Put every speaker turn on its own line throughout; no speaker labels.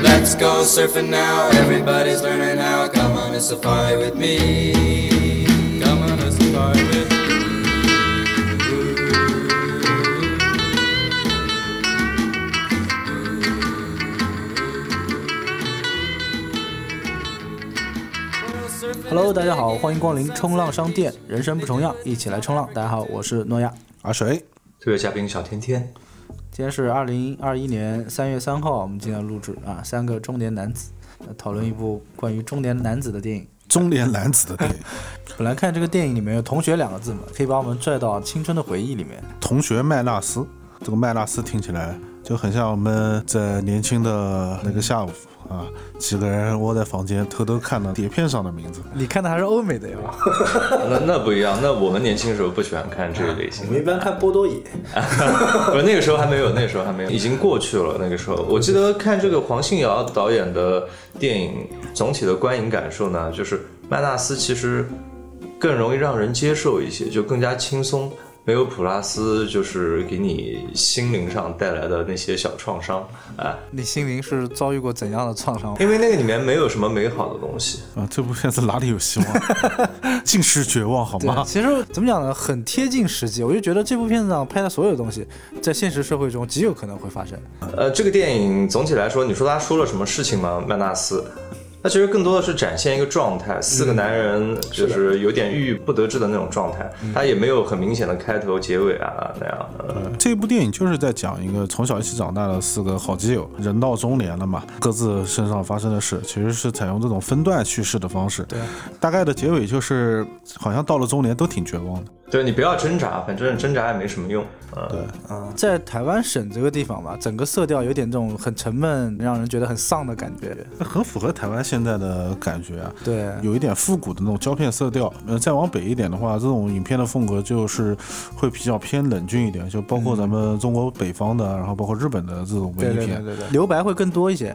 Let's go surfing now. Everybody's learning how. Come on a safari with me. Come on a safari with me.
？Hello，大家好，欢迎光临冲浪商店，人生不重样，一起来冲浪。大家好，我是诺亚。
阿水，
特约嘉宾小天天，
今天是二零二一年三月三号，我们今天录制啊，三个中年男子呃讨论一部关于中年男子的电影。
中年男子的电影，
本来看这个电影里面有“同学”两个字嘛，可以把我们拽到青春的回忆里面。
同学麦纳斯，这个麦纳斯听起来就很像我们在年轻的那个下午啊，几个人窝在房间偷偷看的碟片上的名字。
你看的还是欧美的 呀？
那那不一样，那我们年轻时候不喜欢看这一类型
我，们一般看波多野，
不是那个时候还没有，那个时候还没有，已经过去了。那个时候，我记得看这个黄信尧导演的电影，总体的观影感受呢，就是麦纳斯其实更容易让人接受一些，就更加轻松，没有普拉斯就是给你心灵上带来的那些小创伤啊，
你心灵是遭遇过怎样的创伤？
因为那个里面没有什么美好的东西。
啊，这部片子哪里有希望？尽是绝望，好
对，
吗？
其实怎么讲呢，很贴近实际。我就觉得这部片子上拍的所有东西，在现实社会中极有可能会发生。
呃，这个电影总体来说，你说他说了什么事情吗？麦纳斯，他其实更多的是展现一个状态，四个男人就是有点郁郁不得志的那种状态，他也没有很明显的开头、结尾啊那样。呃
这部电影就是在讲一个从小一起长大的四个好基友，人到中年了嘛，各自身上发生的事，其实是采用这种分段叙事的方式。对，大概的结尾就是，好像到了中年都挺绝望的。
对你不要挣扎，反正挣扎也没什么用。嗯，对，
在台湾省这个地方吧，整个色调有点这种很沉闷，让人觉得很丧的感觉。
那很符合台湾现在的感觉啊。
对，
有一点复古的那种胶片色调。呃，再往北一点的话，这种影片的风格就是会比较偏冷峻一点，就包括咱们中国北方的，然后包括日本的这种文
对
艺
对
片。
对对对，留白会更多一些。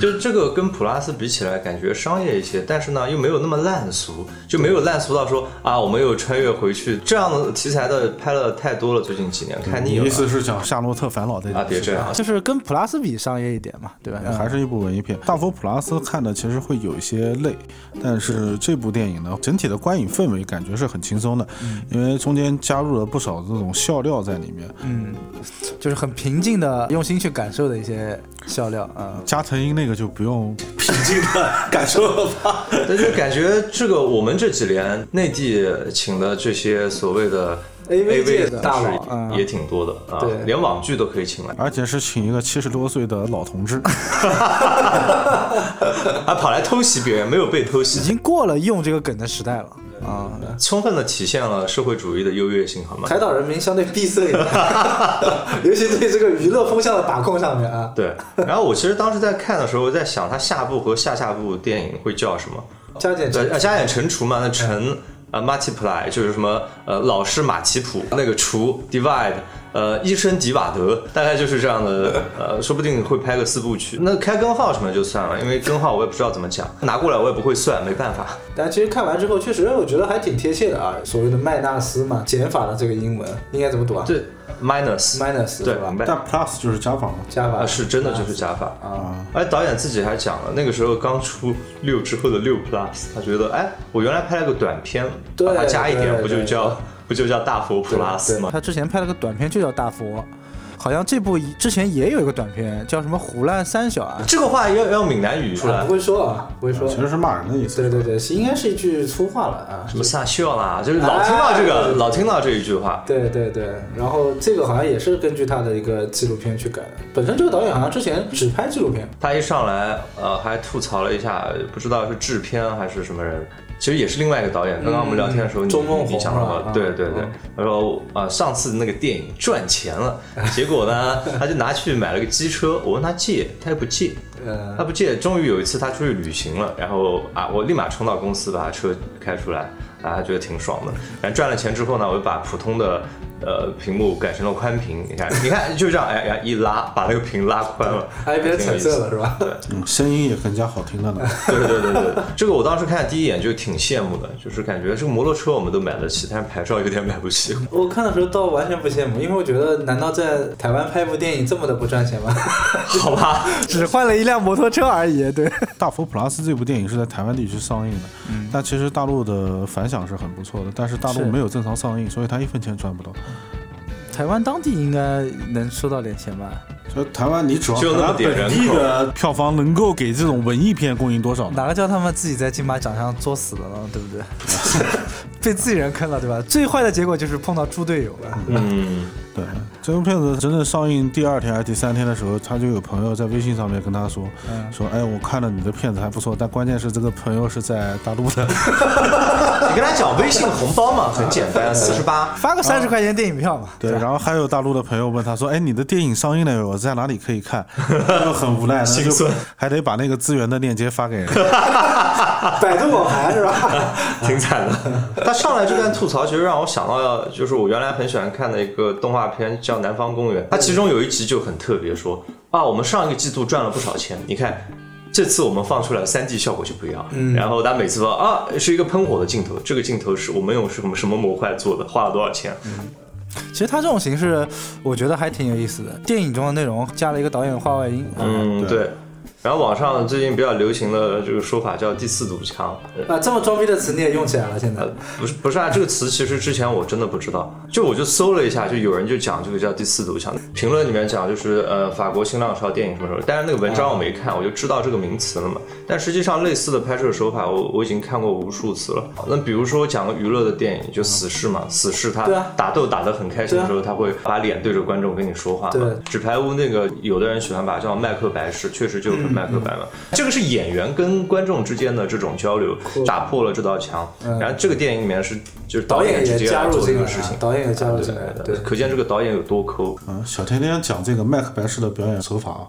就这个跟普拉斯比起来，感觉商业一些，但是呢又没有那么烂俗，就没有烂俗到说啊我们又穿越回去这样的题材的拍了太多了，最近几年看腻
你
了
意。思是讲《夏洛特烦恼》这
啊，别
种？
这样，
就是跟普拉斯比商业一点嘛，对吧？
呃
还是一部文艺片，《大佛普拉斯》看的其实会有一些累，但是这部电影呢，整体的观影氛围感觉是很轻松的，
嗯
因为中间加入了不少这种笑料在里面，
嗯，就是很平静的，用心去感受的一些笑料啊。
加藤鹰那个就不用
平静的感受了吧？
但就感觉这个我们这几年内地请的这些所谓的
AV 界的
大
大佬
佬
嗯
也挺多的啊
对，
连网剧都可以请来，
而且是请一个七十多岁的老同志，
还啊跑来偷袭别人，没有被偷
已
袭，
经过了用这个梗的时代了啊！
充分的体现了社会主义的优越性，好吗？
海岛人民相对闭塞一点， 尤其对这个娱乐风向的把控上面啊。
对。然后我其实当时在看的时候，我在想他下部和下下部电影会叫什么？
加减乘
对，呃加减乘除嘛，那乘呃 multiply 就是什么呃老师马奇普那个除 divide。呃，医生迪瓦德大概就是这样的，呃，说不定会拍个四部曲。那开根号什么就算了，因为根号我也不知道怎么讲，拿过来我也不会算，没办法。
但其实看完之后，确实我觉得还挺贴切的啊。所谓的麦纳斯嘛，减法的这个英文应该怎么读啊？
对，minus
，minus
对
是吧？
，minus
但 Plus 就是加法嘛。
加法
啊，是真的就是加法啊！哎，导演自己还讲了，那个时候刚出六之后的六 Plus，他觉得哎，我原来拍了个短片，
对
把它加一点，
对
不就
对
叫不就叫大佛 Plus
对
吗？
他之前拍了个短片，就叫《大佛》，好像这部之前也有一个短片，叫什么《胡乱三小》啊。
这个话要要用闽南语出来
啊，不，会说啊，不会说。
其实是骂人的意思。
对对对，是应该是一句粗话了啊。
什么撒笑啦，就是老听到这
哎
个，老听到这一句话。
对对对，然后这个好像也是根据他的一个纪录片去改的。本身这个导演好像之前只拍纪录片，
他一上来，呃，还吐槽了一下，不知道是制片还是什么人，其实也是另外一个导演。刚刚我们聊天的时候，你
钟梦
你
红
讲到
啊
了，对对对，他说啊，上次那个电影赚 钱了，结果呢，他就拿去买了个机车，我问他借，他也不借，
呃，
他不借。终于有一次他出去旅行了，然后啊，我立马冲到公司把他车开出来，啊，他觉得挺爽的。然后赚了钱之后呢，我就把普通的呃屏幕改成了宽 屏，你看你看就这样，哎呀一拉把那个屏拉宽了，
哎，变
挺有
彩
意思
色了是吧？
嗯声音也更加好听了 呢。
对对对对，对，这个我当时看第一眼就挺羡慕的，就是感觉这个摩托车我们都买得起，但是牌照有点买不起。
我看的时候倒完全不羡慕，因为我觉得难道在台湾拍部电影这么的不赚钱吗？
好吧，
只换了一辆摩托车而已。对，
大佛普拉斯这部电影是在台湾地区上映的，
嗯
但其实大陆的反响是很不错的，但是大陆
是
没有正常上映，所以他一分钱赚不到。
台湾当地应该能收到点钱吧？
就台湾，你指望
就那么点人口
的票房能够给这种文艺片供应多少呢？
哪个叫他们自己在金马奖上作死了呢？对不对？ 被自己人坑了，对吧？最坏的结果就是碰到猪队友了。
嗯，
对，这部片子真正上映第二天还是第三天的时候，他就有朋友在微信上面跟他说，
嗯
说，哎，我看了你的片子还不错，但关键是这个朋友是在大陆的，
你跟他讲微信红包嘛，很简 单，四十八。
发个三
啊
十块钱电影票嘛，
对，然后还有大陆的朋友问他说，哎，你的电影上映了没有？我在哪里可以看？ 他就很无奈，那
心
就
酸
还得把那个资源的链接发给人。
百度网盘是吧？
挺惨的。他上来这段吐槽，其实让我想到了，就是我原来很喜欢看的一个动画片叫《南方公园》，它其中有一集就很特别说，啊，我们上一个季度赚了不少钱，你看。这次我们放出来三 D 效果就不一样，然后他每次说啊是一个喷火的镜头，这个镜头是我们用什么什么模块做的，花了多少钱？ 嗯
其实它这种形式，我觉得还挺有意思的。电影中的内容加了一个导演话外音，啊
嗯，
对
对。然后网上最近比较流行的这个说法叫第四堵墙，
啊，这么装逼的词你也用起来了，现在
呃，不是不是啊，这个词其实之前我真的不知道，就我就搜了一下，就有人就讲这个叫第四堵墙，评论里面讲就是呃法国新浪潮电影什么什么，但是那个文章我没看，我就知道这个名词了嘛。但实际上类似的拍摄手法我，我已经看过无数次了。那比如说讲个娱乐的电影，就死侍嘛，死侍他
对啊
打斗打得很开心的时候，他会把脸对着观众跟你说话嘛。
对
啊纸牌屋那个，有的人喜欢把它叫麦克白式，确实就是
嗯
麦克白嘛。这个是演员跟观众之间的这种交流，打破了这道墙。然后这个电影里面是就是
嗯导演
直
也
接
加
来
入
做这
进来
个事情
了，，导演也加入
对
进来了，对
对，。可见这个导演有多抠。
嗯，小甜甜讲这个麦克白式的表演手法啊，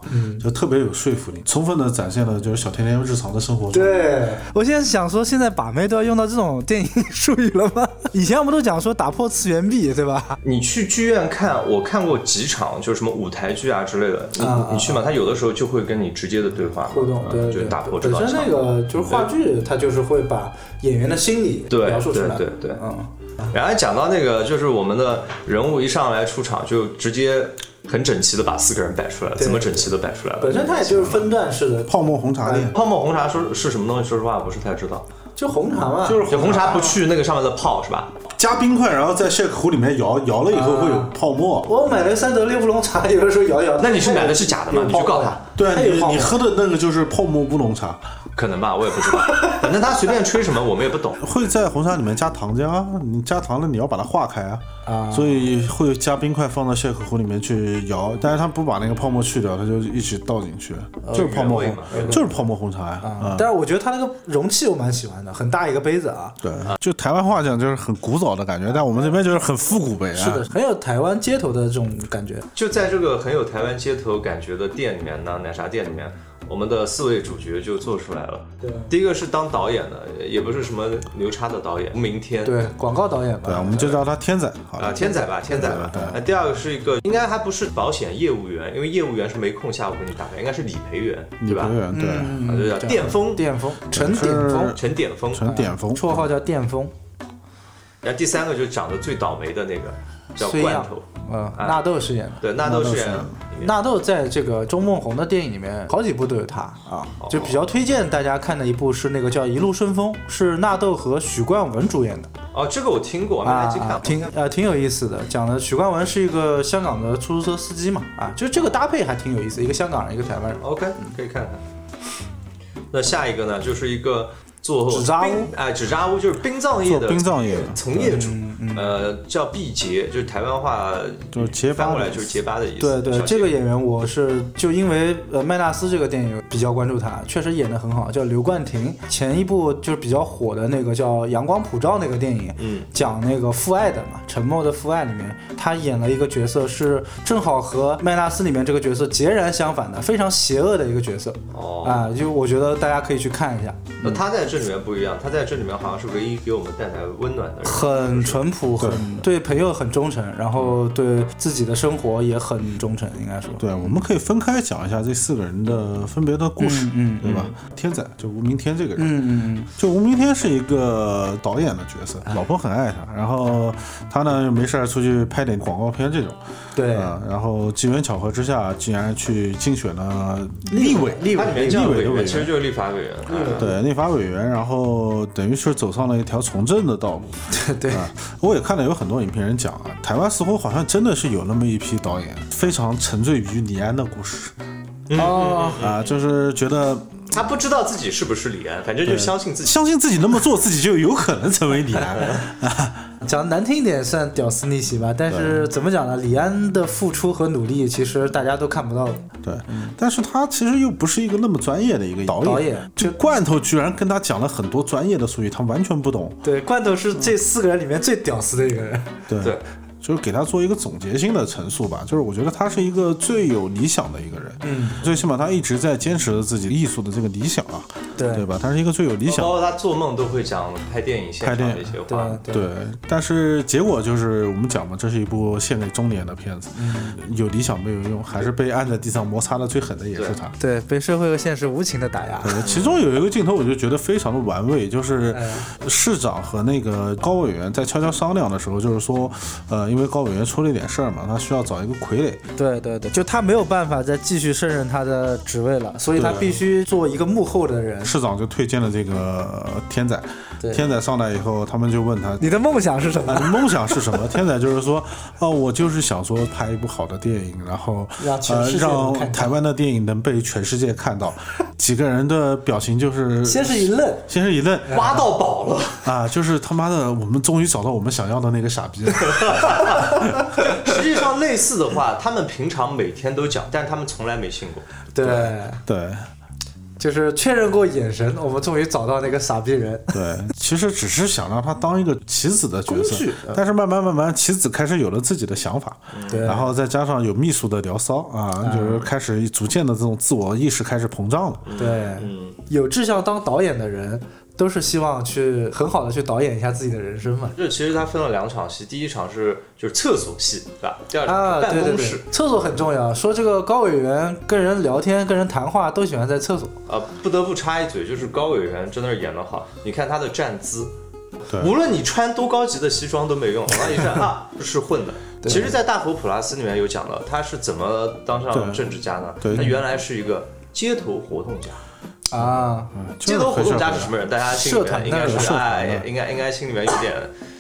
就特别有说服力，充分的展现了就是小甜甜日常的生活中。
对，
我现在想说，现在把妹都要用到这种电影术语了吗？ 以前我们都讲说打破次元壁，对吧？
你去剧院看，我看过几场，就是什么舞台剧啊之类的，你
啊
你去嘛，他有的时候就会跟你直接的对话嘛，
互动，
嗯
对
就
对
打破
对，
这
本
道
身
墙
那。个就是话剧，它就是会把演员的心理
对
描述出
对
来，
对对，
嗯，
然后讲到那个，就是我们的人物一上来出场就直接很整齐的把四个人摆出来，怎么整齐的摆出来了？
本身它也就是分段式的，
泡沫红茶店，
泡沫红茶说是什么东西，说实话我不是太知道。
就红茶嘛，
就是
就红茶不去那个上面的泡是吧？
加冰块，然后在 shake 壶里面摇，摇了以后会有泡沫。
哦
我买了三得利乌龙茶，有的时候摇一摇，
那你是买的是假的吗
有
你去告他
对啊，
它
哎
你
有泡沫
你喝的那个就是泡沫乌龙茶，
可能吧，我也不 知道。反正他随便吹什么我们也不懂。
会在红茶里面加糖浆啊，你加糖了你要把它化开啊，所以会加冰块放到 shake 壶里面去摇，但是它不把那个泡沫去掉，它就一直倒进去，就是泡沫
原
红
味嘛，
就是泡沫红茶呀。啊
但是我觉得它那个容器我蛮喜欢的，很大一个杯子啊，
对，就台湾话讲就是很古早的感觉，但我们这边就是很复古呗。啊
是的，很有台湾街头的这种感觉。
就在这个很有台湾街头感觉的店里面呢，奶茶店里面，我们的四位主角就做出来了。
对
第一个是当导演的，也不是什么牛叉的导演，吴明天。
对
广告导演
对，我
吧，
们就叫它天仔好
啊，
了。
天仔吧，天仔吧。那第二个是一个，应该还不是保险业务员，因为业务员是没空下午给你打牌，应该是理赔员，
李
对吧
培？元对，
啊，就叫电风，
巅峰陈顶峰，
陈点峰。
纯点峰，
绰号叫巅峰，
然后第三个就是长得最倒霉的那个，叫
孙
罐
杨
头。
嗯，
啊
纳豆饰演的。
对，纳豆饰演
纳豆
纳豆在这个周梦红的电影里面，好几部都有他啊，
哦
就比较推荐大家看的一部是那个叫《一路顺风》，是纳豆和许冠文主演的。
哦，这个我听过，没来及看
啊
过。，
挺呃挺有意思的，讲的许冠文是一个香港的出租车司机嘛，啊，就这个搭配还挺有意思，一个香港人，一个台湾人。
OK，可以看看。那下一个呢，就是一个做
纸扎屋
冰，哎，纸扎屋就是殡葬业
做
的
殡葬业的
从业主，呃，叫毕节，就是台湾话
就是结巴
翻过
的
来
意
就是
思
结巴的意思。
对对
小，
这个
结
演员我是就因为呃麦纳斯这个电影比较关注他，确实演得很好，叫刘冠廷。前一部就是比较火的那个叫《阳光普照》那个电影，
嗯，
讲那个父爱的嘛，沉默的父爱里面，他演了一个角色是正好和麦纳斯里面这个角色截然相反的，非常邪恶的一个角色
哦，
啊，就我觉得大家可以去看一下。
那他在这这里面不一样，他在这里面好像是唯一给我们带来温暖的人。
很淳朴，很对朋友很忠诚，然后对自己的生活也很忠诚，应该说。
对，我们可以分开讲一下这四个人的分别的故事，
嗯嗯
对吧？天仔就吴明天这个人，
嗯啊嗯
就吴明天是一个导演的角色，老婆很爱他，然后他呢没事儿出去拍点广告片这种，
嗯，对，
啊，然后机缘巧合之下，竟然去竞选了立委，
它里面叫
立委
委
的委
员，
员
其实就是立法委员。哎
对立法委员，然后等于是走上了一条从政的道路。
对
啊，我也看了有很多影评人讲啊，台湾似乎好像真的是有那么一批导演，非常沉醉于李安的故事
哦，
啊，就是觉得
他不知道自己是不是李安，反正就相信自己。
相信自己那么做，自己就有可能成为啊李安。
讲得难听一点算屌丝逆袭吧，但是怎么讲呢？李安的付出和努力，其实大家都看不到的。
对，但是他其实又不是一个那么专业的一个导演，
导演
这罐头居然跟他讲了很多专业的术语，他完全不懂。
对，罐头是这四个人里面最屌丝的一个人。
对。
对，
就是给他做一个总结性的陈述吧，就是我觉得他是一个最有理想的一个人，嗯，最起码他一直在坚持着自己艺术的这个理想啊，
对
对吧？他是一个最嗯有理想
包括他做梦都会讲拍电影现场的一些话。
对
对，但是结果就是我们讲嘛，这是一部献给中年的片子，有理想没有用，还是被按在地上摩擦的最狠的也是他。
对，被社会和现实无情的打压。
呃其中有一个镜头我就觉得非常的玩味，就是市长和那个高委员在悄悄商量的时候，就是说，呃，因为高委员出了一点事儿嘛，他需要找一个傀儡，
对对对，就他没有办法再继续胜任他的职位了，所以他
对
必须做一个幕后的人。
市长就推荐了这个呃天仔
对。
天仔上来以后，他们就问他。
你的梦想是什么？
呃梦想是什么？天仔就是说，哦，我就是想说拍一部好的电影，然后
让全
呃
世界能看
让
到
台湾的电影能被全世界 看到。几个人的表情就是
先是一愣，
先是一愣
挖到宝了，
啊，就是他妈的，我们终于找到我们想要的那个傻 逼了。
实际上类似的话，他们平常每天都讲，但是他们从来没信过。
对，
对
就是确认过眼神，我们终于找到那个傻逼人。
对，其实只是想让他当一个棋子的角色，但是慢慢慢慢，棋子开始有了自己的想法，
对
然后再加上有秘书的聊骚啊，
嗯
就是开始逐渐的这种自我意识开始膨胀了。
嗯
对，有志向当导演的人，都是希望去很好的去导演一下自己的人生嘛。
这其实他分了两场戏，第一场是就是厕所戏，对吧？第二
啊，对
场是办
对
公
对
室，
厕所很重要。说这个高委员跟人聊天、跟人谈话，都喜欢在厕所。
啊，不得不插一嘴，就是高委员真的是演得好，你看他的站姿
对。
无论你穿多高级的西装都没用，往那一站 啊，是混的。其实，在《大佛普拉斯》里面有讲到，他是怎么当上
对
政治家呢？
对
他原来是一个街头活动家。
啊，
街头活动家是什
么？
么人？大家心里
社团
面应该
那
是
种
哎，应该应该心里面有点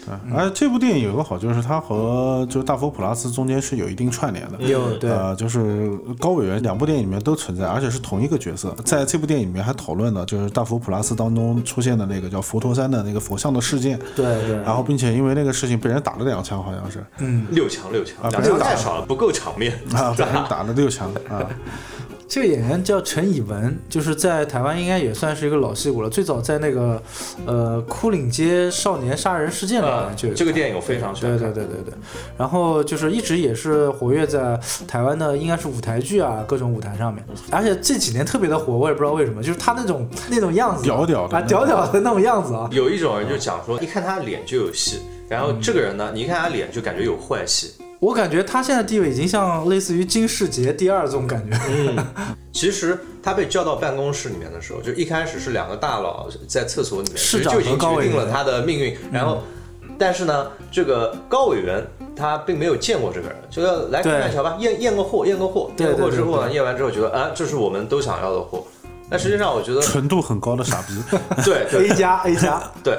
而嗯哎这部电影有个好，就是它和就是大佛普拉斯中间是有一定串联的。
嗯
有嗯对
呃，就是高委员两部电影里面都存在，而且是同一个角色。在这部电影里面还讨论了，就是大佛普拉斯当中出现的那个叫佛陀山的那个佛像的事件，
对对，
然后并且因为那个事情被人打了两枪，好像是
嗯
六强六强，
啊
两强太少了，不够场面。
啊，被人打了六枪 啊，
这个演员叫陈以文，就是在台湾应该也算是一个老戏骨了。最早在那个呃枯岭街少年杀人事件里
呃
面就有、
这个电影我非常喜欢
对
看。
对对对对，然后就是一直也是活跃在台湾的，应该是舞台剧啊，各种舞台上面，而且这几年特别的火，我也不知道为什么，就是他那种那种样子，
屌屌的
啊，屌屌的那种样子啊，
有一种人就讲说，一看他脸就有戏，然后这个人呢，你一看他脸就感觉有坏戏。
我感觉他现在地位已经像类似于金世杰第二这种感觉，
嗯
其实他被叫到办公室里面的时候，就一开始是两个大佬在厕所里面，其
市
实
长
就已经
和高
决
委
定了
员嗯
他的命运。然后，但是呢，这个高委员他并没有见过这个人，就要来看看
对
瞧吧，验验个货，验个货，
对
验个货
对
之
对
后呢，验完之后觉得啊，这是我们都想要的货。但实际上，我觉得
纯度很高的 傻逼。
对
A
对
加 A 加，
对，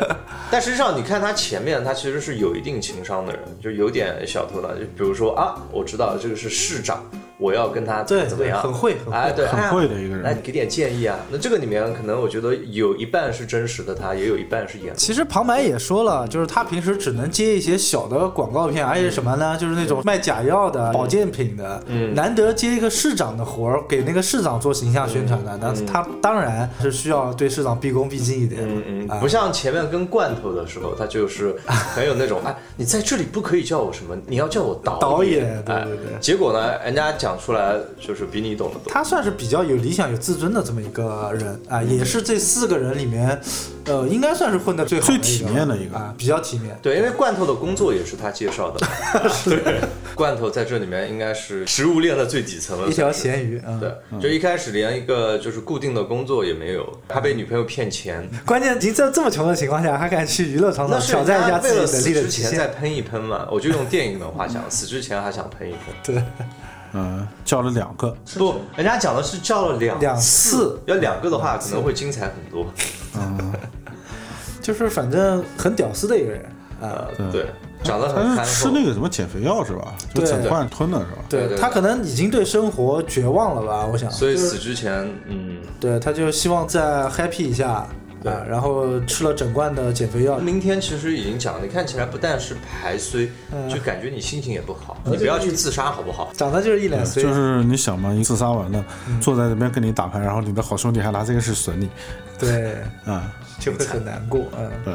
但实际上你看他前面，他其实是有一定情商的人，就有点小头脑。就比如说啊，我知道这个是市长，我要跟他
对
怎么
对
样，
很会很会
哎，对，
很
哎呀
会的一个人
来给点建议啊。那这个里面可能我觉得有一半是真实的他，也有一半是演的。
其实旁白也说了，就是他平时只能接一些小的广告片，而且什么呢？就是那种卖假药的、保健品的，
嗯
难得接一个市长的活儿，给那个市长做形象宣传
嗯
的，那他当然是需要对市长毕恭毕敬一点。
嗯嗯，不像前面跟罐头的时候，他就是很有那种，哎，你在这里不可以叫我什么，你要叫我导
导
演
演。对对对
哎结果呢，人家讲出来就是比你懂得多。
他算是比较有理想、有自尊的这么一个人啊，也是这四个人里面，呃，应该算是混的最好的一个、
最体面的一个
啊，比较体面。
对，因为罐头的工作也是他介绍的嘛， 对，罐头在这里面应该是食物链的最底层了，
一条咸鱼啊，
对，就一开始连一个就是固定的工作也没有，他被女朋友骗钱，
关键您在这么穷的情况下，还敢去娱乐场所
那是
挑战一下自
为
己
了
能
死
力的
之
极
前
限
再？喷一喷嘛，我就用电影的话讲，死之前还想喷一喷，
对，
嗯，叫了两个，
不，人家讲的是叫了两
两
次，要两个的话可能会精彩很多，
就是反正很屌丝的一个人啊。
呃，对，讲的很
嗯
他
憨
是吃
厚，
那个什么减肥药是吧？就
对
整罐吞了是吧？
对对
他可能已经对生活绝望了吧？我想，
所以死之前，嗯，
对，他就希望再 happy 一下啊，
对
然后吃了整罐的减肥药，
明天其实已经讲了，你看起来不但是排衰，
嗯
就感觉你心情也不好，你不要去自杀好不好？
长得就是一脸
嗯
衰。
就是你想嘛，一自杀完了，坐在这边跟你打牌，然后你的好兄弟还拿这个事损你，
对，
啊，
就会很难过。嗯，
对，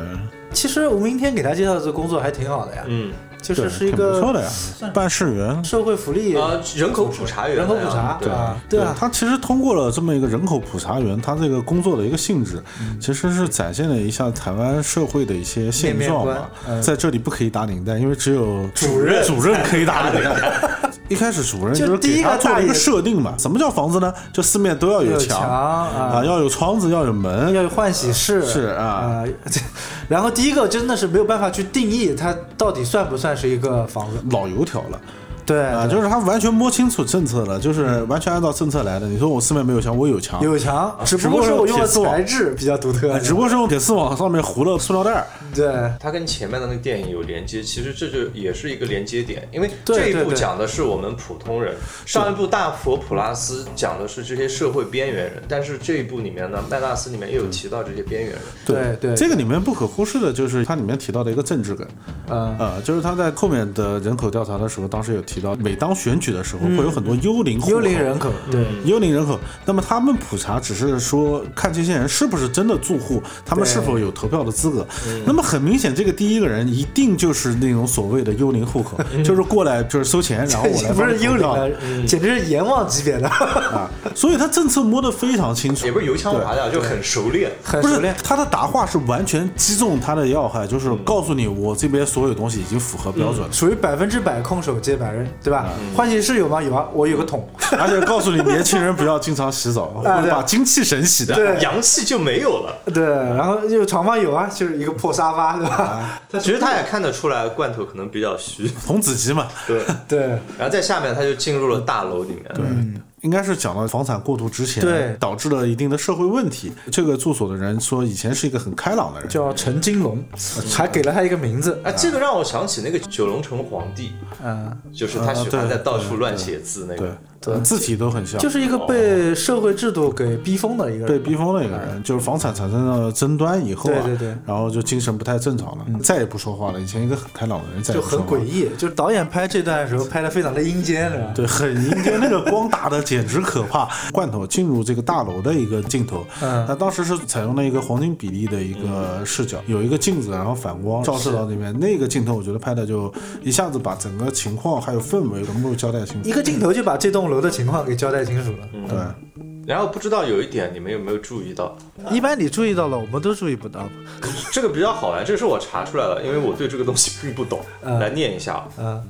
其实我明天给他介绍的这个工作还挺好的呀，
嗯，
就是
对，
是一
挺不错
个
的呀，办事员。
社会福利、
啊，人口普查员啊，
人口普查
对，
啊，对啊，
他其实通过了这么一个人口普查员，他这个工作的一个性质，其实是展现了一下台湾社会的一些
嗯
现状
面面
吧
观。嗯
在这里不可以打领带，因为只有主任主任可以打领带。 一开始主任
就是第一
给他
个
做了
大
一个
爷
设定嘛，什么叫房子呢？就四面都要
有
墙
墙啊
啊，要有窗子，要有门，
要有换洗室
是啊
啊、这然后第一个真的是没有办法去定义它到底算不算是一个房子，
老油条了。
对，
啊，
对
就是他完全摸清楚政策了，就是完全按照政策来的。你说我四面没有墙，我有墙，
有墙，只不过
啊
是
只不过是
我用的
铁丝网
材质比较独特，
只不过是用铁丝网上面糊了塑料袋儿。
对。
它跟前面的那个电影有连接，其实这就也是一个连接点，因为
对
这一
对
部
对
讲的是我们普通人，上一部《大佛普拉斯》讲的是这些社会边缘人，但是这一部里面呢，麦纳斯里面也有提到这些边缘人，
对对
这个里面不可忽视的就是它里面提到的一个政治梗，
嗯
呃，就是他在后面的人口调查的时候，当时有提到，每当选举的时候，会有很多幽灵户
嗯
口
幽灵人。口，对
幽灵人口，那么他们普查只是说看这些人是不是真的住户，他们
对嗯
是否有投票的资格。那么很明显，这个第一个人一定就是那种所谓的幽灵户口，就是过来就是收钱，然后我来
嗯 不
帮你
是
投
幽灵
票
了，简直是阎王级别的，
啊，所以他政策摸得非常清楚，
也不是油腔滑调，就很熟练。
很
不
熟
是
练。
他的答话是完全击中他的要害，就是告诉你我这边所有东西已经符合标准了，
属于百分之百空手接白刃，对吧？换洗室有吗？有啊，我有个 桶。
而且告诉你年轻人不要经常洗澡，
啊
会
对
把精气神洗的。
对
阳气就没有了。
对，然后就床上有啊，就是一个破沙发，对
啊
吧？
其实他也看得出来，罐头可能比较虚。
童子级嘛，
对，
对，
然后在下面他就进入了大楼里面。对，
应该是讲到房产过度值钱，
对
导致了一定的社会问题。这个住所的人说以前是一个很开朗的人，
叫陈金龙，
啊
还给了他一个名字。
哎，这个让我想起那个九龙城皇帝，
嗯，
就是他喜
啊
欢
对
在到处乱写字那
对
个。，
字体都很像，
就是一个被社会制度给逼疯的一个人。
被逼疯的一个人，就是房产产生了争端以后啊，
对对对
然后就精神不太正常了，再也不说话了。以前一个很开朗的人，再也
就
不说
很
话了
诡异，就是导演拍这段的时候拍的非常的阴间，是吧？
对，很 阴间，那个光打的简直可怕。罐头进入这个大楼的一个镜头，
嗯
那当时是采用了一个黄金比例的一个视角，有一个镜子，然后反光照射到那边，那个镜头我觉得拍的就一下子把整个情况还有氛围全部交代清楚。
一个镜头就把这栋楼的情况给交代清楚了。
对，
然后不知道有一点你们有没有注意到，
一般你注意到了，我们都注意不到。
这个比较好玩，这个是我查出来的，因为我对这个东西并不懂。
嗯
来念一下啊。
嗯，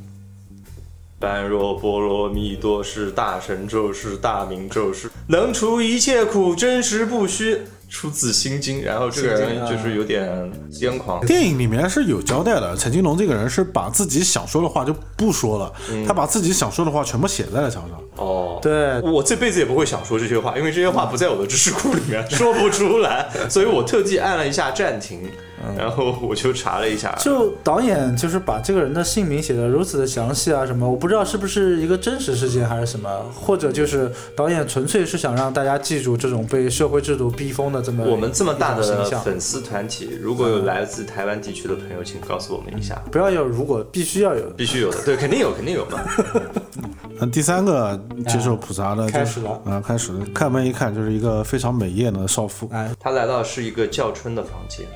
般若波罗蜜多是大神咒是大明咒是能除一切苦，真实不虚，出自心经。然后这个人就是有点 癫狂，
电影里面是有交代的，陈金龙这个人是把自己想说的话就不说了，
嗯
他把自己想说的话全部写在了墙上。
哦，
对
我这辈子也不会想说这些话，因为这些话不在我的知识库里面，说不出 来，所以我特地按了一下暂停，
嗯
然后我就查了一下，
就导演就是把这个人的姓名写的如此的详细啊，什么我不知道是不是一个真实事件还是什么，或者就是导演纯粹是想让大家记住这种被社会制度逼疯的这么
我们这么大
一种
的
呃形象，嗯
粉丝团体，如果有来自台湾地区的朋友，请告诉我们一下，
不要有如果必须要有，
必须有的，对，肯定有，肯定有嘛。
那第三个接受普查的、就是
啊开始了
啊、开始了，开门一看就是一个非常美艳的少妇，
他来到是一个叫春的房间，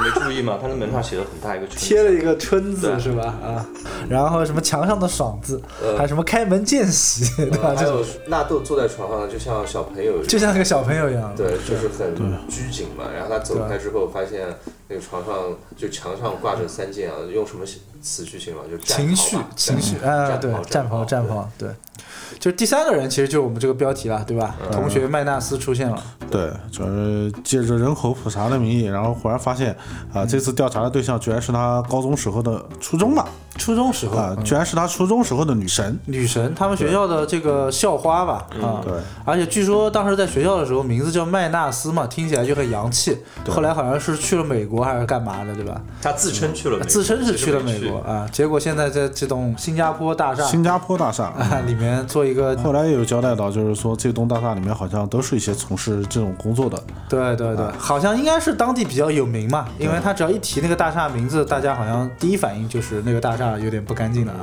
没注意吗？他的门上写了很大一个“春”，
贴了一个“春”字
对
是吧？啊，
然后什么墙上的爽字，
呃
还有什么开门见喜，对吧？
还
就
有纳豆坐在床上，就像小朋友一样，
就像个小朋友一样。
对，就是很拘谨嘛。然后他走开之后，发现那个床上就墙上挂着三件啊，用什么词去形容？就战
情
袍
绪
吧，
情绪，啊，对，战袍，战。袍，对，就是第三个人，其实就是我们这个标题了，对吧？同学麦纳斯出现了，
对，主要是借着人口普查的名义，然后忽然发现，啊、这次调查的对象居然是他高中时候的初中吧，
初中时候
啊、居然是他初中时候的女神。
女神，他们学校的这个校花吧，啊，
对，
而且据说当时在学校的时候，名字叫麦纳斯嘛，听起来就很洋气。后来好像是去了美国还是干嘛的，对吧？
他自称去了美国，
啊自称是
其
去
实
了
没
美国啊，结果现在在这栋新加坡大厦
新加嗯坡大厦。
啊里面做一个，
后来也有交代到，就是说这栋大厦里面好像都是一些从事这种工作的，
对对对，好像应该是当地比较有名嘛，因为他只要一提那个大厦名字，大家好像第一反应就是那个大厦有点不干净了啊。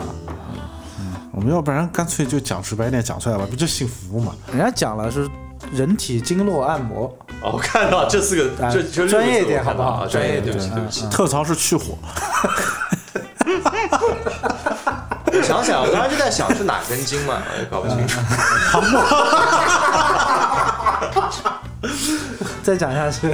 我们要不然干脆就讲直白点讲出来吧，不就性服务嘛？
人家讲了是人体经络按摩，
哦，我看到这四个，
啊
这这六个字
专业一点
我
好
看
不
到
好？
啊专业一
一嗯
点，对不起，对不起。
特长是去火，
我想
嗯
想，我刚才就在想是哪根筋 嘛，我也搞不清楚。
再讲下 去，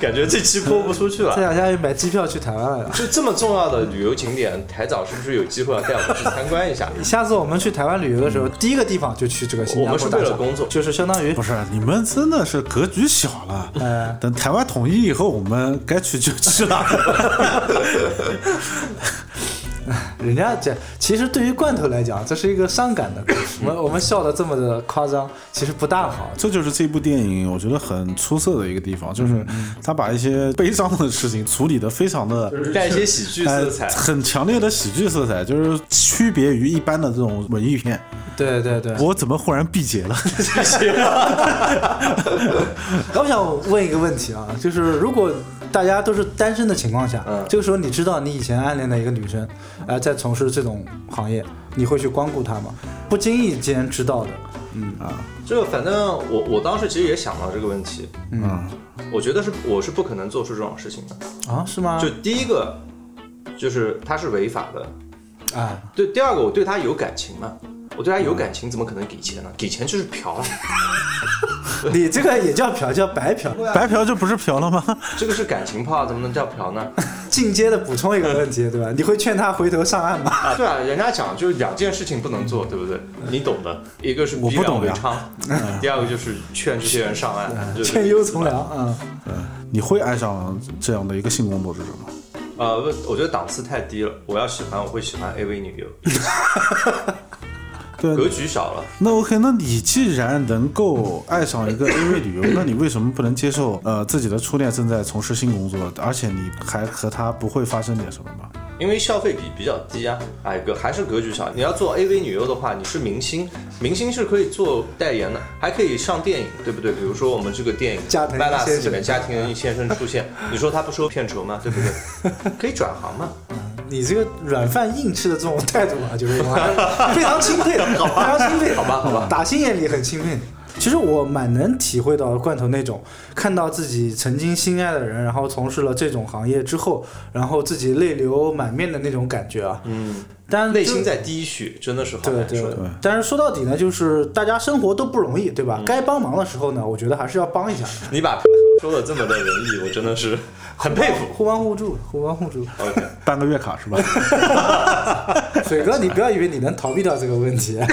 感觉这期播不出去
再
了。
讲下去买机票去台湾了。
就这么重要的旅游景点，台长是不是有机会要带我们去参观一下？
下次我们去台湾旅游的时候，第一个地方就去这个新加
嗯我
坡
们
大
是
厦。
为了工作
就是相当于
不是你们真的是格局小了。
嗯
等台湾统一以后，我们该去就去了。
人家这其实对于罐头来讲，这是一个伤感的故事。我们我们笑的这么的夸张，其实不大好。
这就是这部电影我觉得很出色的一个地方，就是他把一些悲伤的事情处理得非常的
带一些喜剧色彩
呃，
哎
很强烈的喜剧色彩，就是区别于一般的这种文艺片。
对对对，
我怎么忽然闭结了？
我想问一个问题啊，就是如果大家都是单身的情况下，这个时候你知道你以前暗恋的一个女生，呃，在从事这种行业，你会去光顾她吗？不经意间知道的，
这个反正我我当时其实也想到这个问题，嗯，我觉得是我是不可能做出这种事情的。
啊，是吗
就？第一个，就是他是违法的。
啊，
对，第二个我对他有感情嘛，我对他有感情，怎么可能给钱呢？给钱就是嫖啊，
你这个也叫嫖，叫白嫖。
白嫖就不是嫖了吗？
这个是感情炮，怎么能叫 嫖呢？
进阶的补充一个问题，对吧？你会劝她回头上岸吗？
啊，对啊，人家讲就是两件事情不能做，对不对？你懂的，一个是
我不懂
为
呀嗯
娼，第二个就是劝这些人上岸，就是
劝优从良，嗯，
你会爱上这样的一个性工作者吗？
呃，不我觉得档次太低了。我要喜欢，我会喜欢 AV 女优，
对
格，局小了。
那 OK，那你既然能够爱上一个 AV 旅游，那你为什么不能接受呃自己的初恋正在从事性工作，而且你还和他不会发生点什么吗？
因为消费比比较低啊，哎，格还是格局小。你要做 AV 女优的话，你是明星，明星是可以做代言的，还可以上电影，对不对？比如说我们这个电影
加
《
藤
麦纳
先
斯》
生
里面家庭先生出现，你说他不收片酬吗？对不 对？可以转行嘛？
你这个软饭硬吃的这种态度啊， 就是我还是非常钦佩的，非常钦佩，好吧，好吧，打心眼里很钦佩。其实我蛮能体会到罐头那种看到自己曾经心爱的人，然后从事了这种行业之后，然后自己泪流满面的那种感觉啊。
嗯，
但是
内心在滴血，真的是好
对
难
对
受的。，嗯
但是说到底呢，就是大家生活都不容易，对吧？该帮忙的时候呢，我觉得还是要帮一下的，
你把说的这么的文艺，我真 的是很佩服。
互帮互助，互帮互助。
OK，
办个月卡是吧？
水哥，你不要以为你能逃避掉这个问题。啊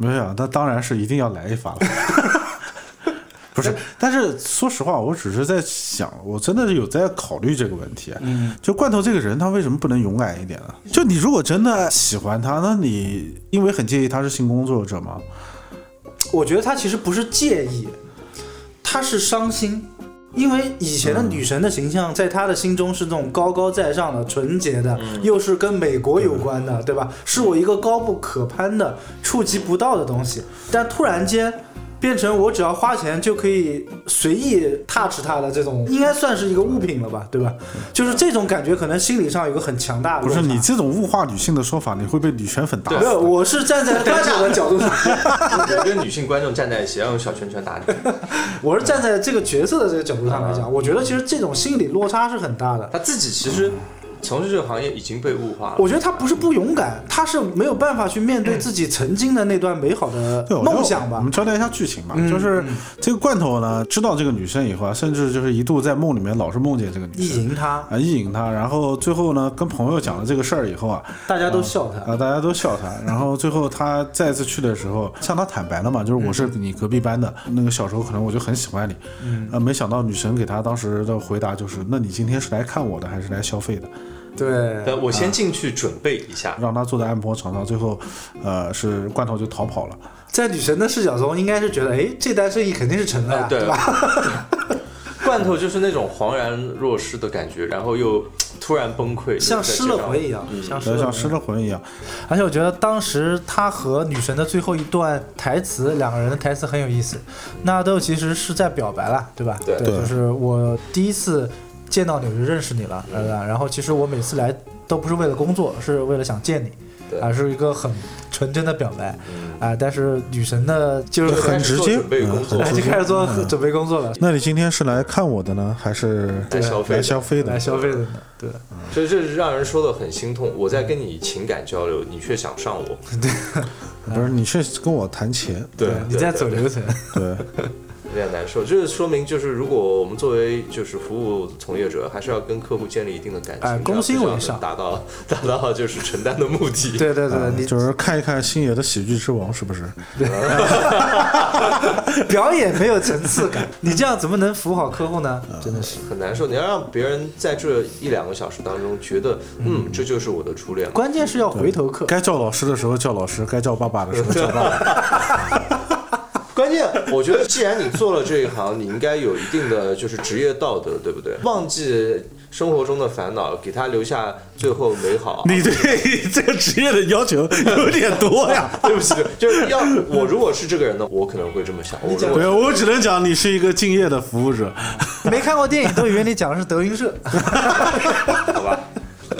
没有，那当然是一定要来一发了。 不是，但是说实话，我只是在想，我真的是有在考虑这个问题。嗯，就罐头这个人，他为什么不能勇敢一点呢？就你如果真的喜欢他，那你因为很介意他是性工作者吗？
我觉得他其实不是介意，他是伤心，因为以前的女神的形象在他的心中是那种高高在上的、纯洁的，又是跟美国有关的，对吧？是我一个高不可攀的、触及不到的东西。但突然间，变成我只要花钱就可以随意 touch 它的这种，应该算是一个物品了吧，对吧？就是这种感觉，可能心理上有个很强大的
不
落差。
是你这种物化女性的说法，你会被女权粉打
对
没
死。
有，我是站在观者的角度上，
你跟女性观众站在一起，要用小拳拳打你。
我是站在这个角色的这个角度上来
啊
讲，我觉得其实这种心理落差是很大的。
他自己其实从事这个行业已经被物化了。
我觉得他不是不勇敢，他是没有办法去面对自己曾经的那段美好的
对，我觉得
梦想
我
吧
们。交代一下剧情吧，
嗯
就是这个罐头呢，知道这个女生以后啊，甚至就是一度在梦里面老是梦见这个女
意
生
淫他，
啊，意淫她，然后最后呢，跟朋友讲了这个事儿以后啊，
大家都笑他。
啊，大家都笑他。然后最后他再次去的时候，向他坦白了嘛，就是我是你隔壁班的，那个小时候可能我就很喜欢你。嗯，啊，没想到女神给他当时的回答就是，那你今天是来看我的还是来消费的？
对，
但呃我先进去准备一
啊
下，
让他坐在按摩床上，最后，呃，是罐头就逃跑了。
在女神的视角中，应该是觉得，哎，这单生意肯定是成的呀，
啊呃对
吧？
吧？ 罐头就是那种惶然若失的感觉，然后又突然崩溃，
像
就在
失
街
了
上
魂一样，像失
呃，
了
像
魂
失了魂一样，
而且我觉得当时他和女神的最后一段台词，两个人的台词很有意思。纳豆其实是在表白了，对吧？
对
对
就是我第一次见到你我就认识你了，对吧？然后其实我每次来都不是为了工作，是为了想见你。
对
啊，是一个很纯真的表白
嗯
啊！但是女神呢，就是
对
很直接，
准备工作
嗯
哎
很
就
直接
开始做准备工作了，
那你今天是来看我的呢，还是
来消费的
来消费的
来？消费的呢。对，
所以这是让人说的很心痛。我在跟你情感交流，你却想上我，
不是，你是跟我谈钱？
对
你在走流程。
对，
有点难受。这说明就是，如果我们作为就是服务从业者，还是要跟客户建立一定的感情，
哎攻心
这样
为
子
上
达到 达到就是承担的目 的。
对对对，你
嗯就是看一看星爷的喜剧之王是不是？
表演没有层次感，嗯你这样怎么能服务好客户呢？真的是。
很难受，你要让别人在这一两个小时当中觉得，嗯，这就是我的初恋。
关键是要回头客，
该叫老师的时候叫老师，该叫爸爸的时候叫爸爸。
关键， 我觉得既然你做了这一行，你应该有一定的就是职业道德，对不对？忘记生活中的烦恼，给他留下最后美好。
你对 这个职业的要求有点多呀。
对不起，就是要我如果是这个人呢，我可能会这么想。我如
对，
果
我只能讲你是一个敬业的服务者。
没看过电影都以为你讲的是德云 社。
好吧。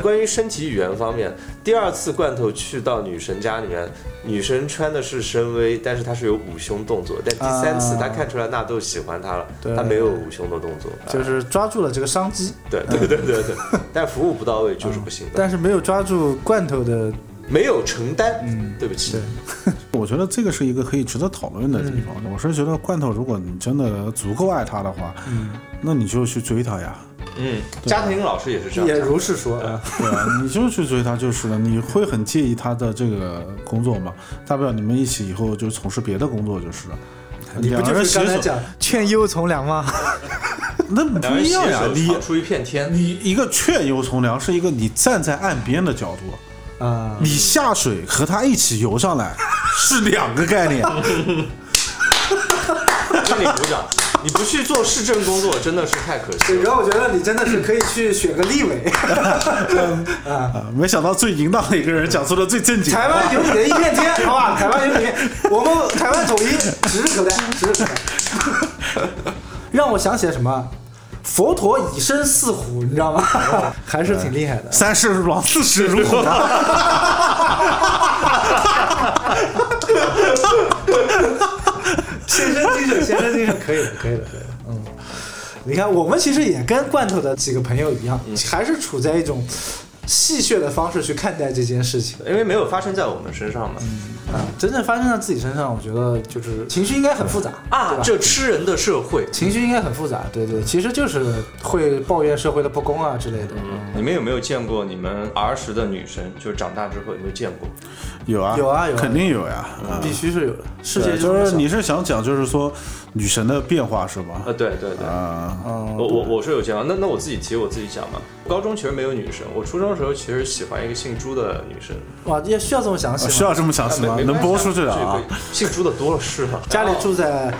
关于身体语言方面，第二次罐头去到女神家里面，女神穿的是深 V，但是她是有捂胸动作。但第三次
啊
她看出来纳豆喜欢她了，她没有捂胸的动作，
就是抓住了这个商机，
对对对对对。但服务不到位就是不行的，
但是没有抓住罐头的。
没有承担，对不起。
我觉得这个是一个可以值得讨论的地方。我是觉得罐头，如果你真的足够爱他的话，那你就去追 他呀。
嗯，家庭老师也是这样
也
讲的，
如是说，啊，
对啊，你就去追他就是了。你会很介意他的这个工作吗？大不了你们一起以后就从事别的工作就是了。
你不
两个
就
人
是
携
刚才
手，
讲劝优从良吗？
那
两
不
人
一样
携
呀
手。
你
闯出一片天，
你一个劝游从良是一个你站在岸边的角度，
啊，
你下水和他一起游上来是两个 概念。
为你鼓掌。你不去做市政工作真的是太可惜
对，
了。
然后我觉得你真的是可以去选个立 委，嗯
啊，没想到最淫荡的一个人讲出了最正经的
台
话。
湾有你的一片天，好吧？台湾有你，的一片，我们台湾统一指日可待，指日可待。让我想起了什么？佛陀以身饲虎，你知道吗？ 还是挺厉害的。
三十如狼，四十如虎。
先生精神，先生精神，可以的，可以的，可以的。嗯，你看，我们其实也跟罐头的几个朋友一样，还是处在一种戏谑的方式去看待这件事情
因为没有发生在我们身上嘛。
啊。真正发生在自己身上，我觉得就是情绪应该很复杂对
啊，
吧
这吃人的社会，
情绪应该很复杂，对对，其实就是会抱怨社会的不公啊之类的。
嗯你们有没有见过你们儿时的女神？就是长大之后有没有见过？
有啊，
有啊有啊
肯定有呀。啊
必须是有的，世界
对啊就是
这么
你是想讲，就是说女神的变化是吧？
呃
啊，对对对，
啊，
我我我是有见过。那那我自己提我自己讲嘛。高中其实没有女神，我初中的时候其实喜欢一个姓朱的女生。
小哇，也需要这么详
哦
细吗？
啊需要这么详细
没
吗？
没
能
关系
播
啊
出去的啊
这？个姓朱的多了是啊了。
家里住在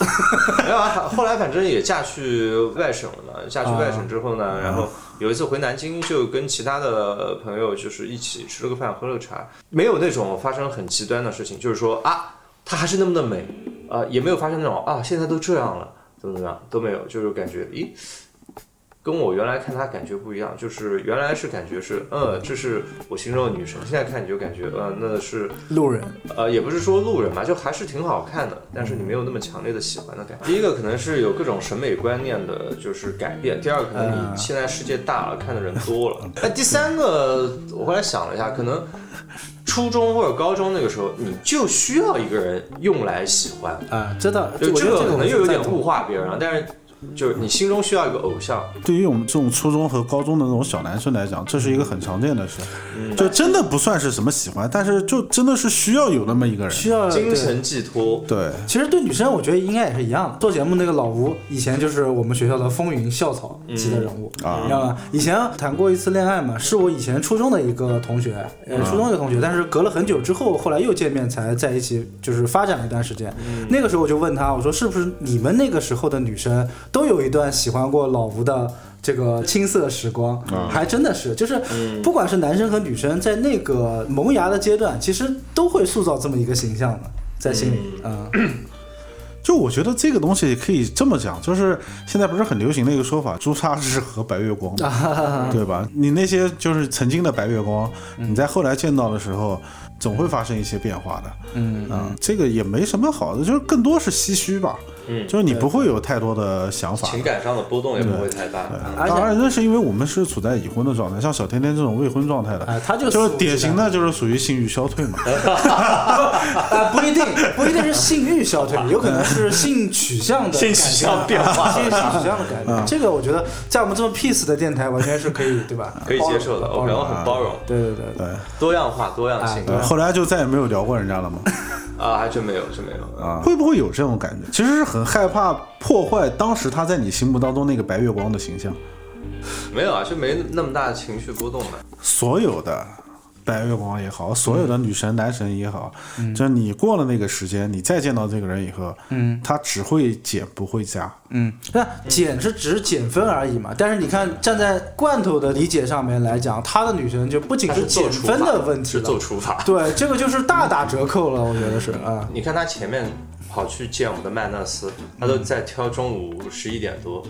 没有啊，后来反正也嫁去外省了嘛。嫁去外省之后呢，然后有一次回南京，就跟其他的朋友就是一起吃了个饭，喝了个茶，没有那种发生很极端的事情，就是说啊，她还是那么的美，呃，也没有发生那种啊，现在都这样了，怎么怎么样都没有，就是感觉咦，跟我原来看她感觉不一样，就是原来是感觉是，嗯，这是我心中的女神，现在看你就感觉，呃，那是
路人，
呃，也不是说路人吧，就还是挺好看的，但是你没有那么强烈的喜欢的感觉。第一个可能是有各种审美观念的，就是改变；第二个可
嗯
能你现在世界大了，看的人多了。那第三个，我后来想了一下，可能初中或者高中那个时候，你就需要一个人用来喜欢，
啊，真的，
就
我觉
这
得
个
这个
可
我
能
是
又有
赞
点
同
物化别人了，但是就是你心中需要一个偶像，
对于我们这种初中和高中的那种小男生来讲，这是一个很常见的事，
嗯
就真的不算是什么喜欢，但是就真的是需要有那么一个人。
需要
精。
嗯对
神寄托。
对，
其实对女生，我觉得应该也是一样的。做节目那个老吴，以前就是我们学校的风云校草级的人物，
啊
你知道吗？以前谈过一次恋爱嘛，是我以前初中的一个同学，呃，
啊
初中一个同学，但是隔了很久之后，后来又见面才在一起，就是发展了一段时间。
嗯
那个时候我就问他，我说是不是你们那个时候的女生都有一段喜欢过老吴的？这个青涩时光，
啊
还真的是，就是
嗯
不管是男生和女生，在那个萌芽的阶段，其实都会塑造这么一个形象的，在心里，嗯，
就我觉得这个东西可以这么讲，就是现在不是很流行的一个说法，朱砂是和白月光嘛，对吧？你那些就是曾经的白月光，你在后来见到的时候，总会发生一些变化的。嗯啊，这个也没什么好的，就是更多是唏嘘吧。
嗯
就是你不会有太多的想法。
情感上的波动也不会太大，嗯
而且
当然，那是因为我们是处在已婚的状态，像小甜甜这种未婚状态的，
哎她就
就是是典型的，就是属于性欲消退嘛。
啊，不一定，不一定是性欲消退，有可能是性取向的性取向变化，性取向的改变。这个我觉得在我们这么 peace 的电台，完全是可以，对吧？
可以接受的。
包
我
容啊哎
感觉很包容，
对对对，
对，
多样化、多样性
对，后来就再也没有聊过人家了嘛。
啊，还真没有，真没有。
啊，会不会有这种感觉？其实是很害怕破坏当时他在你心目当中那个白月光的形象。
没有啊，就没那么大的情绪波动嘛。
所有的白月光也好，所有的女神、男神也好，就是你过了那个时间，你再见到这个人以后，嗯，他只会减不会加。
嗯，那减是只是减分而已嘛。但是你看，站在罐头的理解上面来讲，他的女神就不仅
他是做
减
除
分的问题
是做
了，
除法。
对，这个就是大打折扣了，我觉得是啊。
你看他前面跑去见我们的麦纳斯，他都在挑中午十一点多，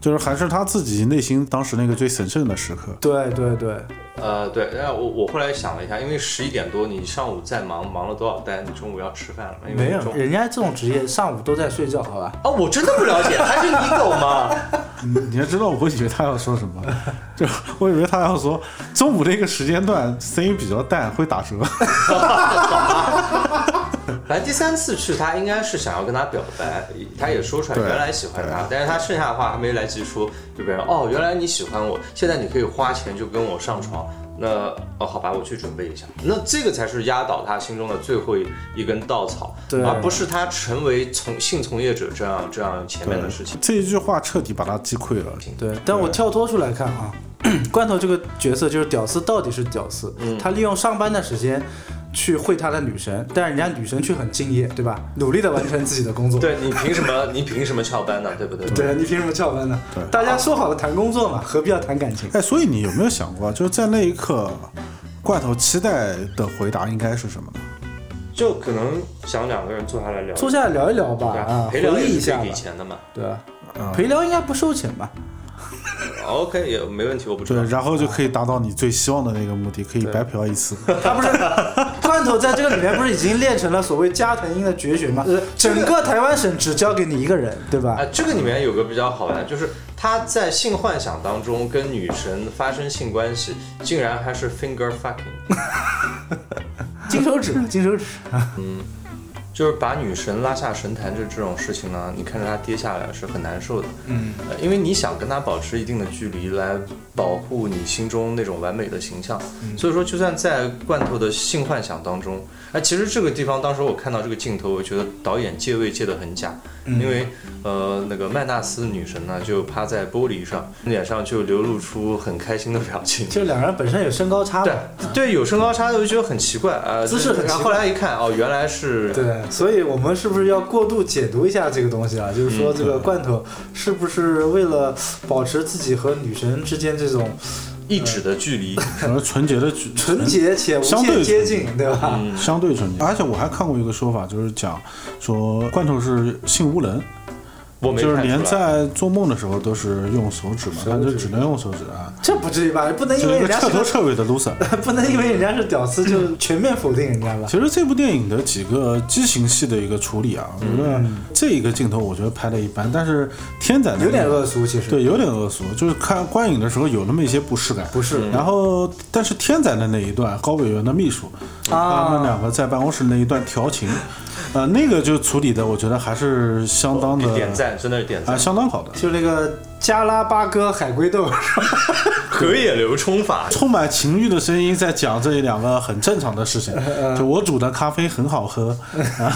就是还是他自己内心当时那个最神圣的时 刻。
对对对，
呃，对，然后我我后来想了一下，因为十一点多你上午再忙，忙了多少单，你中午要吃饭了，因为
没有
中，午
人家这种职业上午都在睡觉，好吧？
哦，我真的不了解，还是你懂吗？
嗯你要知道，我以为他要说什么， 就我以为他要说中午这个时间段声音比较淡，会打折。
反正第三次去，他应该是想要跟他表白，他也说出来
对
原来喜欢他，但是他剩下的话还没来及说，就别人哦，原来你喜欢我，现在你可以花钱就跟我上床。那哦，好吧，我去准备一下。那这个才是压倒他心中的最后一根稻草，
对
而不是他成为从性从业者这样这样前面的事情。
这一句话彻底把他击溃了。
对，但我跳脱出来看啊， 罐头这个角色就是屌丝，到底是屌丝，
嗯
他利用上班的时间。去会他的女神，但人家女神却很敬业，对吧？努力的完成自己的工作。
对你凭 什么？你凭什么翘班呢？对不对？
对，你凭什么翘班呢？大家说好了谈工作嘛，何必要谈感情？
哎，所以你有没有想过，就是在那一刻，罐头期待的回答应该是什么呢？
就可能想两个人坐下来聊，
坐下来聊一聊吧，
对
啊，
陪聊
回
也
忆一
是
下
可
吧
以给，钱的嗯嘛。
对吧？陪聊应该不收钱吧？
OK，也没问题，我不知道
对，。然后就可以达到你最希望的那个目的，可以白嫖一次。
他不是罐头在这个里面不是已经练成了所谓加藤鹰的绝学
呃
吗？整个台湾省只交给你一个人，对吧？
啊，这个里面有个比较好玩，就是他在性幻想当中跟女神发生性关系，竟然还是 finger fucking，
金手指， 金手指。
就是把女神拉下神坛这这种事情呢，你看着她跌下来是很难受的。嗯、因为你想跟她保持一定的距离，来保护你心中那种完美的形象。
嗯
所以说，就算在罐头的性幻想当中，哎，其实这个地方当时我看到这个镜头，我觉得导演借位借得很假，
嗯
因为呃，那个麦纳斯女神呢就趴在玻璃上，脸上就流露出很开心的表情。
就两个人本身有身高差
对
嘛，
对，有身高差的我就觉得很奇怪啊，呃
姿势很
然后
奇
后
怪
来一看，哦，原来是
对，所以我们是不是要过度解读一下这个东西啊？就是
嗯
说这个罐头是不是为了保持自己和女神之间这种
一指的距离。
而纯洁的
纯洁且无
相对
限
嗯
接近，对吧？
相对纯洁。而且我还看过一个说法，就是讲说罐头是性无能，
我没
就是
看出
连
来
在做梦的时候都是用手指嘛，但就只能用手指啊，
这不至于吧？不能因
就是
为
一
人
个
家是
彻头
个，
彻尾的 loser。
不能因为人家是屌丝就全面否定人家吧？
其实这部电影的几个激情戏的一个处理啊，我觉得这一个镜头我觉得拍的一般，但是天仔
有点恶俗，其实。
对，有点恶俗，就是看观影的时候有那么一些不适感。
不是
然后但是天仔的那一段，高委员的秘书，
啊
他们两个在办公室那一段调情，呃，那个就处理的，我觉得还是相当的
哦点赞，真的是点
啊、
赞。
相当好的，
就那个加拉巴哥海龟豆，
河野流冲法，
充满情欲的声音在讲这两个很正常的事情，
呃
就我煮的咖啡很好喝，啊，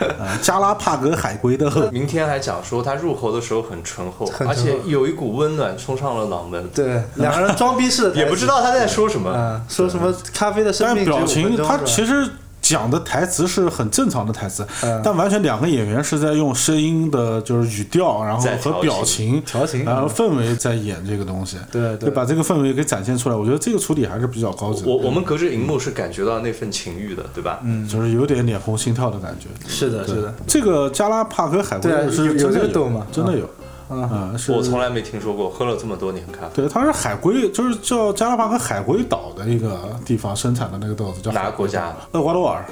啊加拉帕格海龟 的。
明天还讲说他入喉的时候很醇厚，
很醇厚
而且有一股温暖冲上了脑门，
对，两个人装逼式的，
也不知道他在说什么。
啊，说什么咖啡的生
但
命只有
表
五分
情
钟
他
是吧
其实讲的台词是很正常的台词，
嗯
但完全两个演员是在用声音的，就是语调，然后
在
和
调
表情，
调情
然后氛围在演这个东西，
对对
就把这个氛围给展现出来。我觉得这个处理还是比较高级的，
我我们隔着荧幕是感觉到那份情欲的，对吧？嗯，
就是有点脸红心跳的感觉。
是的，是的，
这个加拉帕戈海龟
对啊有
是
有
真
这
的
个豆吗
真的有，啊，是
我从来没听说过，喝了这么多年咖啡，
对，它是海龟，就是叫加拉帕戈海龟岛的一个地方生产的那个豆子，叫
哪
海
个国
龟
家？
岛？厄瓜多尔。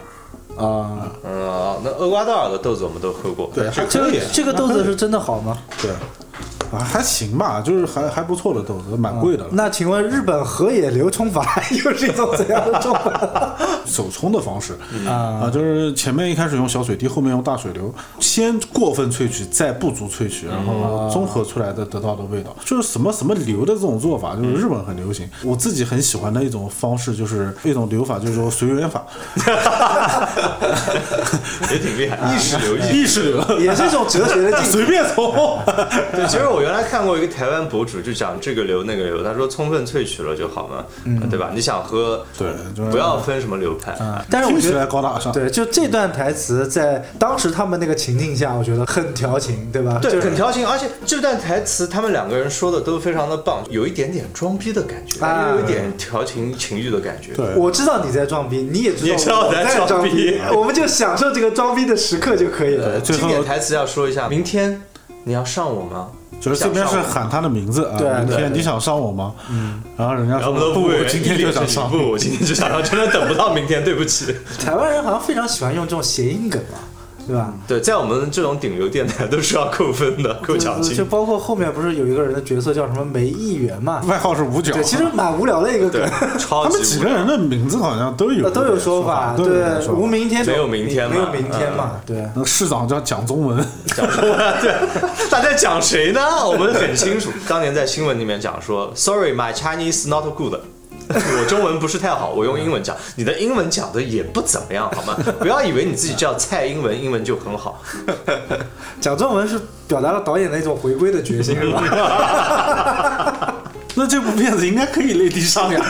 啊，
嗯，那厄瓜多尔的豆子我们都喝过，
对，还
这
可以
个。这个豆子是真的好吗？
对，啊，还行吧，就是还还不错的豆子，蛮贵的了。
那请问日本河野流冲法 又是一种怎样的做法？
手冲的方式
啊，
啊，就是前面一开始用小水滴，后面用大水流，先过分萃取，再不足萃取，然
嗯
后综合出来的得到的味道，就是什么什么流的这种做法，就是日本很流行。
嗯
我自己很喜欢的一种方式，就是一种流法，就是说随缘法，
也挺厉害，意识流
哎
意。
意识流，
也是一种哲学的境界。
随便
哎
冲。
对，其实我原来看过一个台湾博主，就讲这个流那个流，他说充分萃取了就好嘛，对吧？你想喝，
对就是
不要分什么流派。
但是我
听
觉
起来
得。
高大上，
对，就这段台词在当时他们那个情境下，我觉得很调情，对吧？
对，
就是
很调情，而且这段台词他们两个人说的都非常的棒，有一点点装逼的感觉，
啊
又有一点调情情欲的感觉。
对
我知道你在装逼，你也知
你也
道
知道我
我
在
在
装逼
逼，我们就享受这个装逼的时刻就可以了。
最
呃经典
后
台词要说一下，明天你要上我吗？
就是这边是喊他的名字啊，
对啊
明
对啊
天你想上我吗？嗯，然后人家
然
说
后我们都
不，
会
我今天就想上
不， 我今天就想上，真的等不到明天，对 不起。
台湾人好像非常喜欢用这种谐音梗嘛，对吧？
对，在我们这种顶流电台都是要扣分的，扣奖
就就
金。
包括后面不是有一个人的角色叫什么梅议员嘛？
外号是五角。
对，其实蛮无聊的一个梗
对，，超
他
级
们几个人的名字好像都有
呃都有
说
说法。
都有点
对，
说法
无明天
没有明天嘛嗯
没有明天嘛？对，
那个市长叫蒋中文，
对，他在讲谁呢？我们很清楚， 当年在新闻里面讲说，Sorry, my Chinese not good。我 中文不是太好，我用英文 讲，你的英文讲的也不怎么样，好 吗？不要以为你自己叫蔡英文，英文就很好。
蒋中文是表达了导演的一种回归的决 心，是吧？
那这部片子应该可以类比上呀。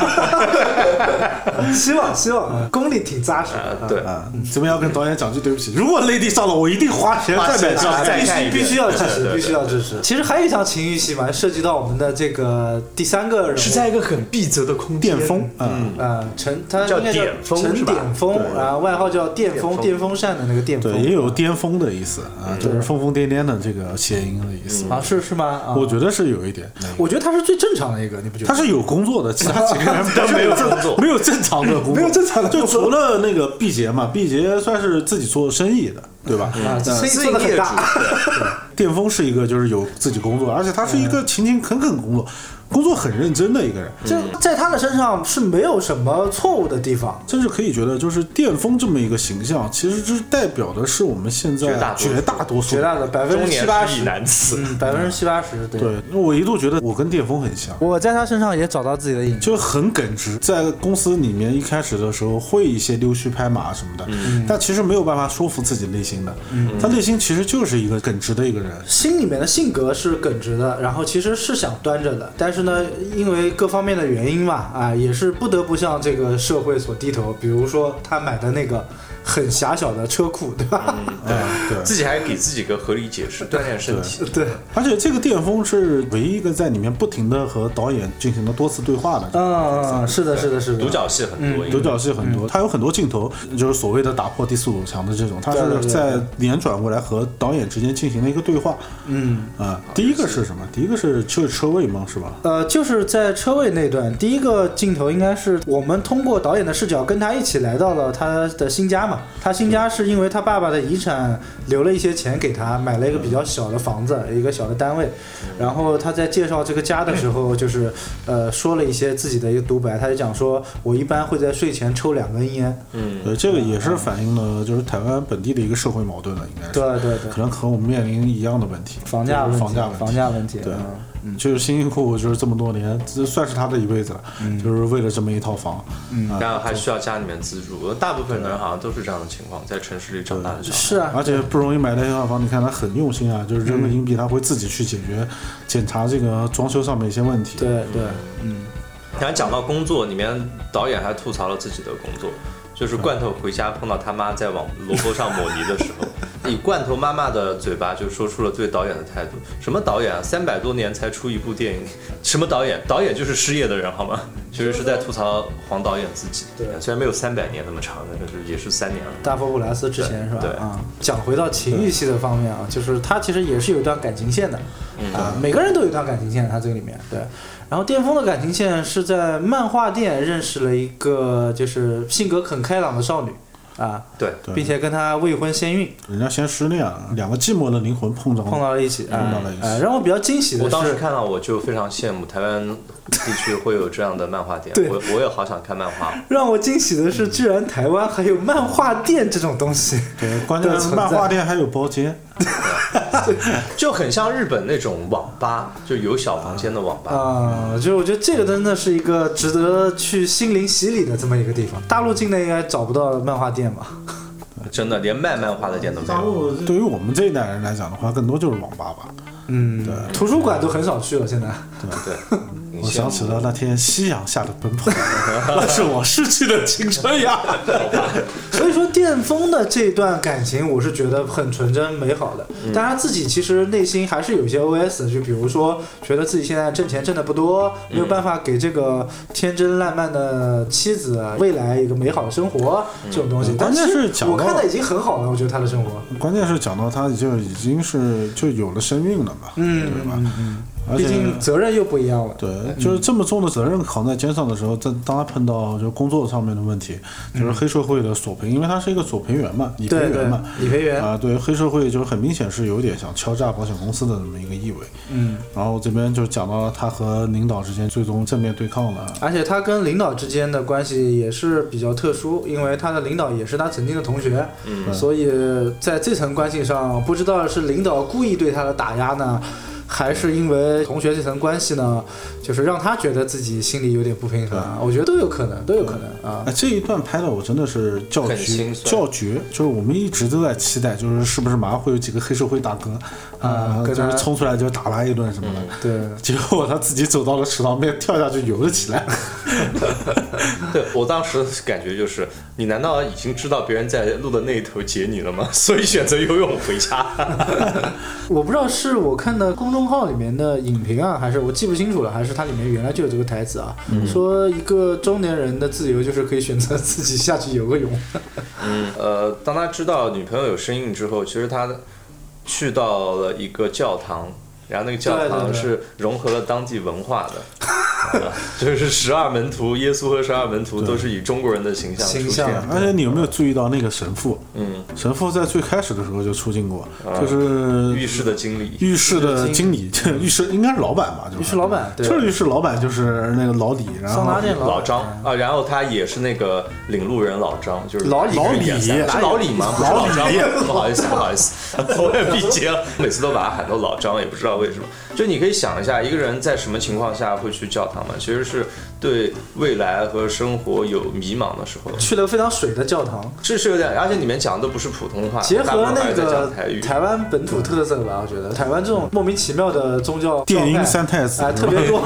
希望希望功力挺扎实的。
呃对，
啊，这边要跟导演讲句对不起，如果类比上了，我一定花钱再买
花钱
账。
再
必
看一
须
遍
必须要支
对对
持，
对
必须要支持。其实还有一场情欲戏嘛，涉及到我们的这个第三个人物
是在一个很闭塞的空间
巅峰，嗯，
啊，陈他
叫
应该
点峰是
陈
吧
点峰啊，外号叫电
电
风
风
电风扇的那个电风，
对，也有巅峰的意思啊，就是疯疯癫癫的这个谐音的意思。
啊，是是吗？啊
我觉得是有一点，
我觉得他是最正常的一个，你不觉得？
他是有工作的，其他几个人
都没有工作
没有正常的工作，
没有正常的工
就
作
除了那个毕节嘛，毕节算是自己做生意的，对吧？嗯
啊，生意
自
做的
业
很
主
大，
巅峰是一个就是有自己工作，而且他是一
嗯
个勤勤恳恳工作，工作很认真的一个人。
这在他的身上是没有什么错误的地方。
甚至可以觉得，就是巅峰这么一个形象，其实是代表的是我们现在
绝大
绝大多
多数
数
绝大的百分
中
之
年
七八
失意
十，
男子。
嗯，百分之七八十，对。
对。我一度觉得我跟巅峰很像，
我在他身上也找到自己的影子。
就很耿直，在公
嗯
司里面一开始的时候会一些溜须拍马什么的，但其实没有办法说服自己内心星的，他内心其实就是一个耿直的一个人。
心里面的性格是耿直的，然后其实是想端着的，但是呢，因为各方面的原因嘛，啊，也是不得不向这个社会所低头。比如说他买的那个很狭小的车库，对吧？嗯
哎，对，
自己还给自己个合理解释，锻炼身体。
对，
而且这个电风是唯一一个在里面不停的和导演进行了多次对话的。
嗯，是的，是的，是的。
嗯独角戏很多，
独角戏很
嗯
多，它有很多镜头，就是所谓的打破第四堵墙的这种，它是在连转过来和导演之间进行了一个对话。
嗯，
啊，第一个是什么？第一个是就是车位吗？是吧？
呃，就是在车位那段，第一个镜头应该是我们通过导演的视角跟他一起来到了他的新家嘛。他新家是因为他爸爸的遗产留了一些钱给他，买了一个比较小的房子，一个小的单位。然后他在介绍这个家的时候，就是呃说了一些自己的一个独白，他就讲说，我一般会在睡前抽两根烟。
呃，这个也是反映了就是台湾本地的一个社会矛盾了，应该是。
对对对
可，能和我们面临一样的问题，
房价
就
问
是
题，
房价问题，
房价问题，
对
嗯
嗯，就是辛辛苦苦就是这么多年，这算是他的一辈子了，
嗯
就是为了这么一套房，嗯，
然后还需要家里面资助，大部分人好像都是这样的情况，在城市里长大的小孩。
是啊，嗯
而且不容易买到一套房，你看他很用心啊，就是扔个硬币，他会自己去解决、检查这个装修上面一些问题，
对，对。
然后讲到工作里面，导演还吐槽了自己的工作，就是罐头回家碰到他妈在往萝卜上抹泥的时候，以罐头妈妈的嘴巴就说出了对导演的态度：什么导演啊，三百多年才出一部电影，什么导演？导演就是失业的人好吗？其实是在吐槽黄导演自己。对，虽然没有三百年那么长，但是也是三年了。
大佛普拉斯之前是吧
对？
啊，讲回到情欲戏的方面啊，就是他其实也是有一段感情线的，啊，每个人都有一段感情线，他这个里面对。然后巅峰的感情线是在漫画店认识了一个就是性格很开朗的少女啊，
对，
对嗯
并且跟她未婚先孕
人家先失恋了，两个寂寞的灵魂碰撞
碰到了一起，
碰
啊
到了一，起
啊让我比较惊喜的
我当时
是，
看到我就非常羡慕台湾地区会有这样的漫画店，
对
我我也好想看漫画。
让我惊喜的是，居然台湾还有漫画店这种东西，
对，关键
的
是
存
漫
在
画店还有包间，
就很像日本那种网吧，就有小房间的网吧。
啊、就是我觉得这个真的是一个值得去心灵洗礼的这么一个地方。大陆境内应该找不到漫画店吧？嗯
真的连卖漫画的店都没
大
有。
陆对于我们这一代人来讲的话，更多就是网吧吧。
嗯，图书馆都很少去了。现在，
对，你
我
羡
想
慕
起了那天夕阳下的 奔跑，那是我逝去的青春呀。
所以说电风的这段感情，我是觉得很纯真美好的。但他自己其实内心还是有一些 OS，就比如说觉得自己现在挣钱挣的不多，没有办法给这个天真烂漫的妻子啊未来一个美好的生活这种东西。
嗯
但
关键
其实
是讲
我
到
看的已经很好了，我觉得他的生活。
关键是讲到他就已经是就有了身孕了嘛，
嗯
对吧？
嗯嗯，
而
毕
且
竟责任又不一样了。
对，就是这么重的责任扛在肩上的时候，在当他碰到就是工作上面的问题，
嗯
就是黑社会的索赔，因为他是一个索赔员嘛，理赔
对对
员嘛，，
理赔员，
啊，对，黑社会就是很明显是有点想敲诈保险公司的这么一个意味。
嗯，
然后这边就讲到了他和领导之间最终正面对抗了。
而且他跟领导之间的关系也是比较特殊，因为他的领导也是他曾经的同学，
嗯
所以在这层关系上，不知道是领导故意对他的打压呢，还是因为同学这层关系呢，就是让他觉得自己心里有点不平衡啊，我觉得都有可能，都有可能啊
哎，。这一段拍的我真的是叫
很
绝
心，酸
叫绝，就是我们一直都在期待，就是是不是马上会有几个黑社会大哥啊、
嗯跟
就
他嗯
是冲出来就打他一顿什么的。
对，
结果他自己走到了池塘边，跳下去游了起来。
对我当时感觉就是，你难道已经知道别人在路的那一头截你了吗？ 所以选择游泳回家。
我不知道是我看的公众号里面的影评啊，还是我记不清楚了，还是它里面原来就有这个台词啊，说一个中年人的自由就是可以选择自己下去游个泳。
嗯，呃，当他知道女朋友有身孕之后，其实他去到了一个教堂。然后那个教
对对对
堂是融合了当地文化的， 呃就是十二门徒，耶稣和十二门徒都是以中国人的形象出
形
现。
象
而且你有没有注意到那个神父？
嗯，啊
神父在最开始的时候就出镜过，就是
浴室的经理，
浴室的经理，浴室应该是老板吧？就是
浴室老板对
就是浴室老板，就是那个老李，然后
桑拿店
老
板
张啊，然后他也是那个领路人老张，就是
老李
一个演三
老李
是老李吗？不是
老
老
李
张，不好意思，不好意思， 我也闭结了，每次都把他喊到老张，也不知道为什么。就你可以想一下，一个人在什么情况下会去教堂嘛？其实是对未来和生活有迷茫的时候，
去了非常水的教堂，
这是有点，而且里面讲的不是普通话，
啊结
大部
合
分还
那
是在
个
讲台语。
台湾本土特色吧，我觉得台湾这种莫名其妙的宗教
电音
教派
三太子嗯
哎，特别 多，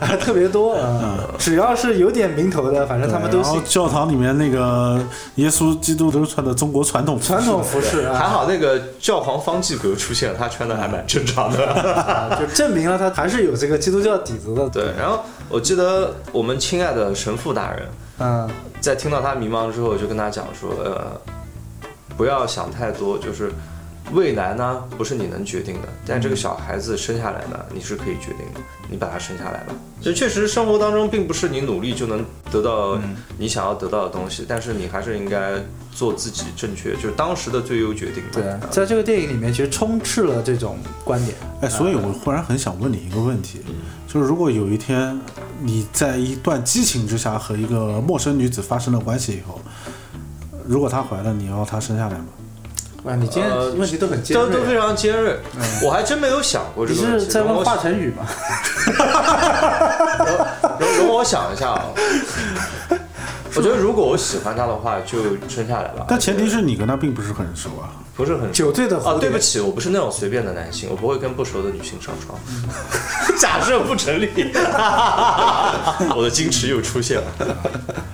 哎，特别多啊！只要是有点名头的，反正他们都
然后
信
教堂里面那个耶稣基督都是穿的中国传统服饰
传统服饰啊，
还好那个教皇方济各出现，他穿的还蛮正 常的。
啊，就证明了他还是有这个基督教底子的。
对，然后我记得我们亲爱的神父大人，
嗯，
在听到他迷茫之后，我就跟他讲说，呃，不要想太多，就是未来呢不是你能决定的，但这个小孩子生下来呢，
嗯
你是可以决定的，你把他生下来吧。就确实生活当中并不是你努力就能得到
嗯
你想要得到的东西，但是你还是应该做自己正确，就是当时的最优决定吧。呃
对，啊在这个电影里面，其实充斥了这种观点。
哎，所以我忽然很想问你一个问
嗯
题，就是如果有一天你在一段激情之下和一个陌生女子发生了关系以后，如果她怀了，你要她生下来吗？
啊
哇，你今天
呃
问题都很尖
都都非
锐。啊
常尖锐，我还真没有想过这
嗯你
个问
是
题。
在
容
问
我
华晨宇吗？
容容我想一 下啊，我觉得如果我喜欢他的话，就生下来吧。
但前提是你跟她并不是很熟啊。
不是很
酒醉的
啊
蝴？蝶
对不起，我不是那种随便的男性，我不会跟不熟的女性上 床。假设不成立，我的矜持又出现了。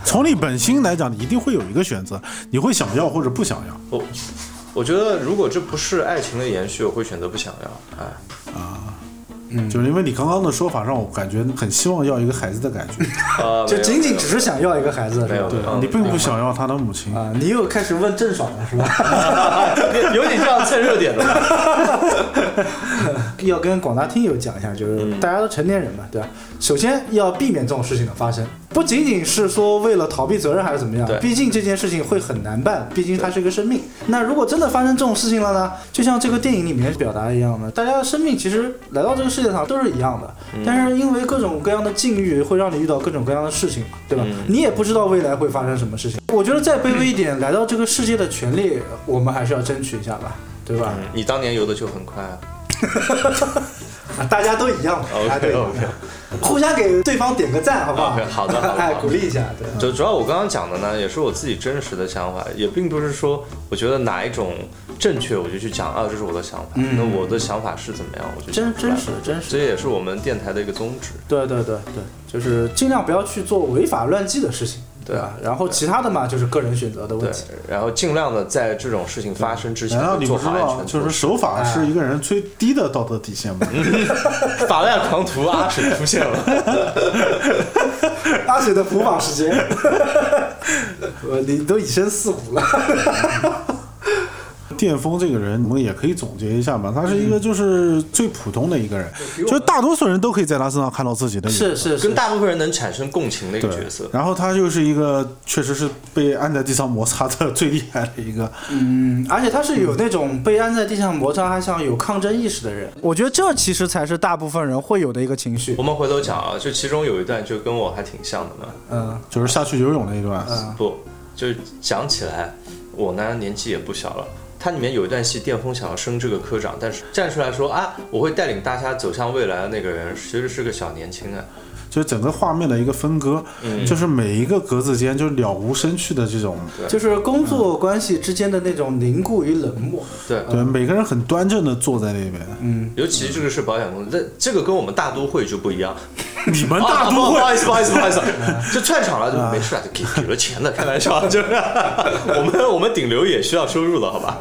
从你本心来讲，你一定会有一个选择，你会想要或者不想要。
我我觉得如果这不是爱情的延续，我会选择不想要。哎，嗯
就是因为你刚刚的说法让我感觉很希望要一个孩子的感觉，
啊，
就
没有
仅仅
没有
只是想要一个孩子，
没
是
有
吧？
对嗯
你并不想要他的母亲。
啊，你又开始问郑爽了，是吧？
有点像蹭热点的。
要跟广大听友讲一下，就是
嗯
大家都成年人嘛，对吧？首先要避免这种事情的发生，不仅仅是说为了逃避责任还是怎么样
对，
毕竟这件事情会很难办，毕竟它是一个生命。那如果真的发生这种事情了呢？就像这个电影里面表达一样的，大家的生命其实来到这个世界上都是一样的，
嗯
但是因为各种各样的境遇，会让你遇到各种各样的事情嘛，对吧？
嗯
你也不知道未来会发生什么事情。我觉得再卑微一点，来到这个世界的权利，我们还是要争取一下吧，对吧？
嗯你当年游的就很快啊。
啊，大家都一样嘛，大家都一
嗯 OK
样
OK。
互相给对方点个赞，好不好
OK，？好的好的
哎，
好的
鼓励一下，对。
主主要我刚刚讲的呢，也是我自己真实的想法，也并不是说我觉得哪一种正确，我就去讲啊，这是我的想法。那我的想法是怎么样，我就
真
讲出来
嗯真实，真实，
这也是我们电台的一个宗旨。
对对对对，就是尽量不要去做违法乱纪的事情，
啊
对吧？然后其他的嘛，就是个人选择的
对
问题。，
然后尽量的在这种事情发生之前
难道你不
做
知
好安
道，啊
全
就是
措施。
守法是一个人最低的道德底线吗？
法外狂徒阿水出现了，
阿水的普法时间， 我你都以身饲虎了。
电风这个人，我们也可以总结一下嘛，他是一
嗯
个就是最普通的一个人，就是大多数人都可以在他身上看到自己的影
是
子。
是
跟
是，
大部分人能产生共情的一个
对
角色。
然后他又是一个确实是被按在地上摩擦的最厉害的一个，
嗯，而且他是有那种被按在地上摩擦，还想有抗争意识的人。我觉得这其实才是大部分人会有的一个情绪
我。们回头讲啊，就其中有一段就跟我还挺像的嘛，
嗯，
就是下去游泳那一段。
不，就是讲起来，我呢年纪也不小了。它里面有一段戏，电风想要升这个科长，但是站出来说啊，我会带领大家走向未来的那个人，其实是个小年轻啊。
就是整个画面的一个分割，
嗯
就是每一个格子间就了无生趣的这种，
就是工作关系之间的那种凝固与冷漠。
对，嗯
对，每个人很端正的坐在那边。
尤其这个是保险公司，这这个跟我们大都会就不一样。
你们
啊
大
不
都
不
会，
好意思，不好意思，不好意思，就串场了，就没事啊，就给给了钱的， 开玩笑，就是我们我们顶流也需要收入的，好吧？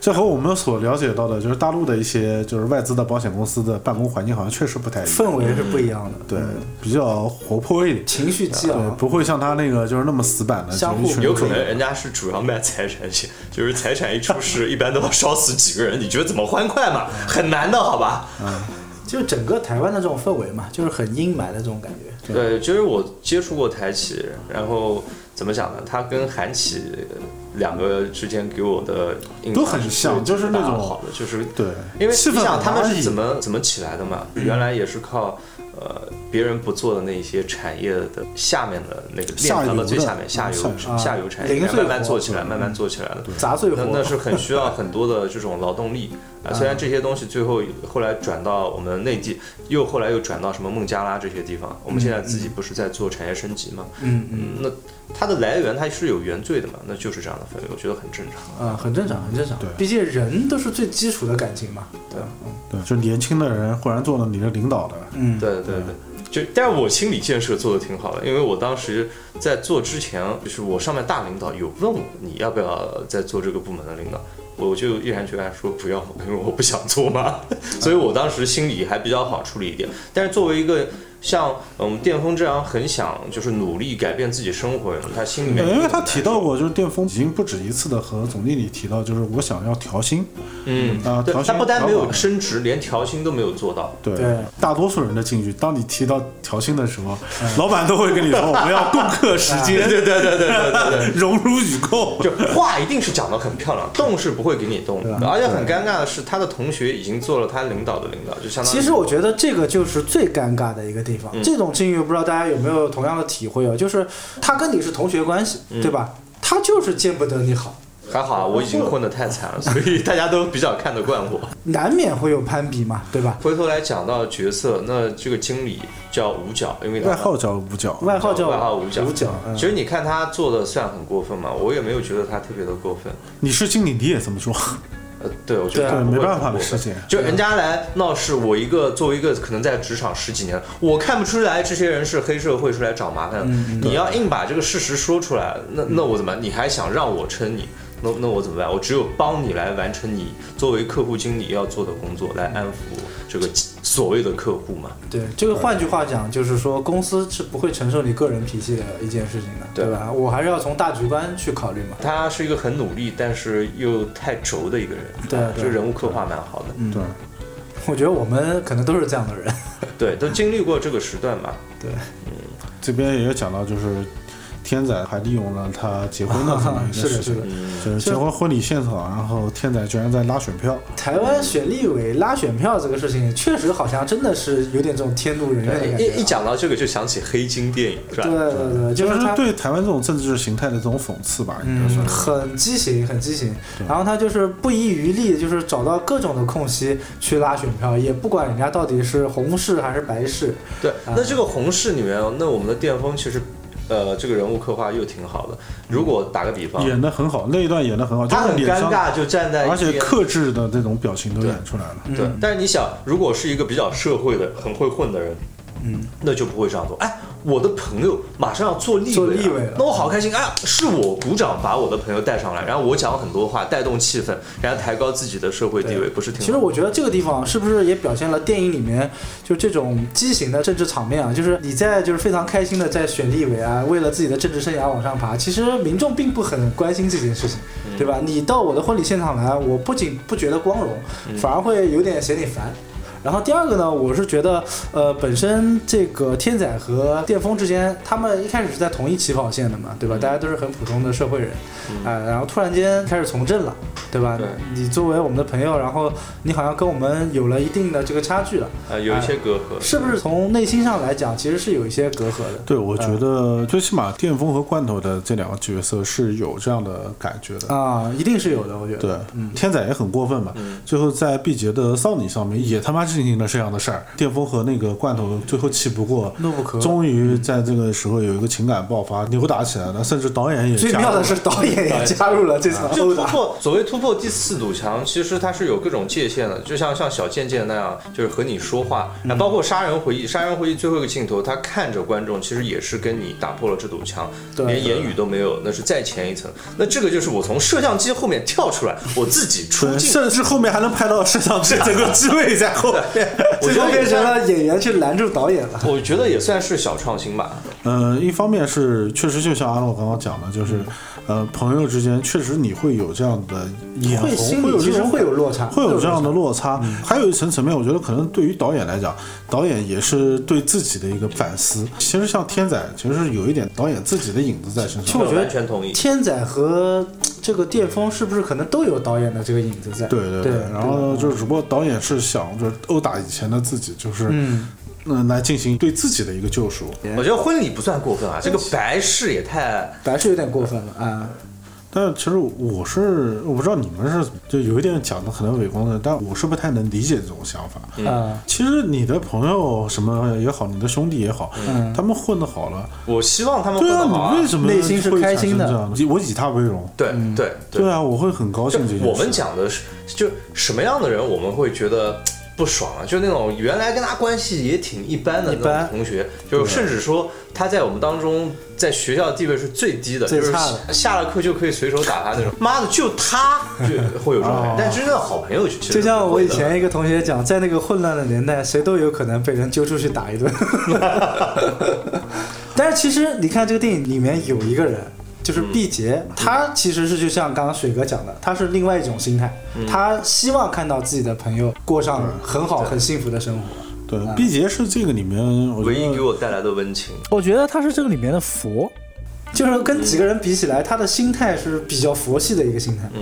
这和我们所了解到的，就是大陆的一些就是外资的保险公司的办公环境好像确实不太一样，
氛围是不一样的，
对，比较活泼一点。
情绪激
啊
对，
昂。
不会像他那个就是那么死板的，
相互
就是一群人
嗯有可能人家是主要卖财产险，就是财产一出事，一般都要烧死几个人，你觉得怎么欢快嘛？很难的，好吧？
就整个台湾的这种氛围嘛，就是很阴霾的这种感觉。
对，就是我接触过台企，然后怎么讲呢？他跟韩琦两个之间给我的印象
都很像就是那种
好的，就是
对，
因为
气
你
氛
想
很嗯
他们
压抑
是怎么怎么起来的嘛？原来也是靠呃别人不做的那些产业的下面的那个
下
链条
游
的
的
最下面下游
嗯
下游
下游产
零
业
碎
慢慢
活
做起来，慢慢做起来的。
杂碎
那
活，
那是很需要很多的这种劳动力啊。虽然这些东西最后后来转到我们内地，又后来又转到什么孟加拉这些地方，我们现在自己不是在做产业升级嘛？
嗯嗯
嗯，那它的来源它是有原罪的嘛？那就是这样的氛围，我觉得很正常。
啊，很正常，很正常。
对
毕竟人都是最基础的感情嘛。对吧，
对，就年轻的人忽然做了你的领导的，
嗯，
对对对。就，但是我心理建设做的挺好的，因为我当时在做之前，就是我上面大领导有问我你要不要再做这个部门的领导，我就毅然决然说不要 嘛，因为我不想做嘛， 所以我当时心里还比较好处理一点。但是作为一个像嗯电风这样很想就是努力改变自己生活的人，他心里面
哎嗯对，因为他
有点
提到过，就是电风已经不止一次的和总经理提到，就是我想要调薪，
嗯
啊
对
调
他
薪
不单没
调
有
岗
升职，连调薪都没有做到。
对，
对
大多数人的境遇，当你提到调薪的时候，老板都会跟你说，我们要共克时
对
艰，
对对对对对对对。
荣辱与共。
就话一定是讲得很漂亮，动是不会给你动的。
啊
而且很尴尬的是，他的同学已经做了他领导的领导，就相当于
其实我觉得这个就是最尴尬的一个地方。
嗯
这种境遇，不知道大家有没有同样的体会啊？就是他跟你是同学关系，
嗯
对吧？他就是见不得你好，
还好啊，我已经混得太惨了，所以大家都比较看得惯 我。
难免会有攀比嘛，对吧？
回头来讲到角色，那这个经理叫五角，因为他
外号叫五角，
外号叫
外号五角
五角，嗯
其实你看他做的算很过分吗？我也没有觉得他特别的过分。
你是经理，你也这么说，
呃，对，我觉
对
得
啊
他不会
没办法
很过
的
分
事情
就人家来闹事，我一个作为一个可能在职场十几年，我看不出来这些人是黑社会出来找麻烦的。你要硬把这个事实说出来，那那我怎么办？你还想让我撑你？那那我怎么办？我只有帮你来完成你作为客户经理要做的工作，来安抚这个所谓的客户嘛。
对，这个换句话讲，就是说公司是不会承受你个人脾气的一件事情的，
对
对吧？我还是要从大局观去考虑嘛。
他是一个很努力，但是又太轴的一个人。
对
啊
对
这人物刻画蛮好的。
嗯
对，
我觉得我们可能都是这样的人。
对，都经历过这个时段吧。
这边也有讲到，就是天仔还利用了他结婚的这么一
是
个
的，
事
是
情
的。。
嗯
就是结婚婚礼现场，然后天仔居然在拉选票，
台湾选立委拉选票这个事情，确实好像真的是有点这种天怒人怨的感觉啊。
一一讲到这个就想起黑金电影，是吧？
对对对，就
就是是
他。
对台湾这种政治形态的这种讽刺吧，应该
嗯，
算是。
很畸形，很畸形。然后他就是不遗余力，就是找到各种的空隙去拉选票，也不管人家到底是红市还是白市。
对，
嗯
那这个红市里面，那我们的电风其实，呃，这个人物刻画又挺好的。如果打个比方，
演的很好，那一段演的很好，就
他
是
很
脸
尴
上，
尬，就站在一
而且
边
克制的那种表情都演出来了。
对，
嗯
但是你想，如果是一个比较社会的、很会混的人，嗯，那就不会这样做。哎，我的朋友马上要做立
做
委
立委了
那我好开心！哎呀，是我鼓掌把我的朋友带上来，然后我讲很多话，带动气氛，然后抬高自己的社会地位，不是挺好？
其实我觉得这个地方是不是也表现了电影里面就这种畸形的政治场面啊？就是你在就是非常开心的在选立委啊，为了自己的政治生涯往上爬，其实民众并不很关心这件事情，
嗯
对吧？你到我的婚礼现场来，啊我不仅不觉得光荣，
嗯
反而会有点嫌你烦。然后第二个呢，我是觉得，呃，本身这个天仔和电风之间，他们一开始是在同一起跑线的嘛，对
嗯
吧？大家都是很普通的社会人，啊、然后突然间开始从政了，对吧？
对
你作为我们的朋友，然后你好像跟我们有了一定的这个差距了，
呃，有一些隔阂，
是不是？从内心上来讲，其实是有一些隔阂的。
对，我觉得最起码电风和罐头的这两个角色是有这样的感觉的。
啊、嗯一定是有的，我觉得。
对，天仔也很过分嘛，
嗯
最后在毕节的丧礼上面也他妈进行了这样的事儿。电风和那个罐头最后气不过，
怒不可遏
终于在这个时候有一个情感爆发，扭打起来了，甚至导演也
最
加
妙
入
的是导演也加入了这 场
啊
就
殴
突
打。
破所谓突破第四堵墙，其实它是有各种界限的，就像像小贱贱那样，就是和你说话，
嗯
啊，包括杀人回忆，杀人回忆最后一个镜头，他看着观众，其实也是跟你打破了这堵墙，
对
连言语都没有，那是再前一层。那这个就是我从摄像机后面跳出来，我自己出
对，
镜。
甚至后面还能拍到摄像机整个机位在后面。
改 变，我
最
觉
后
得也
变成
算，
了演员去拦住导演了。
我觉得也算是小创新吧。
嗯，一方面是确实就像阿诺刚刚讲的，
嗯
就是，呃，朋友之间确实你会有这样的眼红，
会心
会
里
有这
其实
种
会有落差，
会有这
落
样的落差。还有一层层面，我觉得可能对于导演来讲，导演也是对自己的一个反思。其实像天仔，其实是有一点导演自己的影子在身
其实
上。
我觉得
完全同
差。
意。
千载和这个巅峰是不是可能都有导演的这个影子在？
对对
对，
然后就是，只不过导演是想就是殴打以前的自己，就是
嗯，
嗯来进行对自己的一个救赎。
我觉得婚礼不算过分啊，这个白事也太……
白是有点过分了啊。
但是其实我是我不知道你们是就有一点讲的可能伪光正，但我是不太能理解这种想法。
啊，
其实你的朋友什么也好，你的兄弟也好，
嗯
他们混得好了，
我希望他们
对
混
啊，
得好啊
你为。什么
内心是
会
开心的
产生这样的？以我以他为荣。
对
嗯
对
对啊，我会很高
就
兴这件事。
我们讲的是，就什么样的人我们会觉得不爽啊？就那种原来跟他关系也挺一般的那种同学，就是甚至说他在我们当中在学校地位是最低的，
最
就是
差的
下下了课就可以随手打他 那种。妈的，就他就会有这种感觉，但真正的好朋友其实
哦就像我以前
不
一个同学讲，在那个混乱的年代，谁都有可能被人揪出去打一顿。 但是其实你看这个电影里面有一个人，就是毕节，
嗯
他其实是就像刚刚水哥讲的，他是另外一种心态，
嗯
他希望看到自己的朋友过上很好、很幸福的生活。
对，毕节是这个里面我
会的唯
觉
一
得
给我带来的温情。
我觉得他是这个里面的佛，
就是跟几个人比起来，他的心态是比较佛系的一个心态，
嗯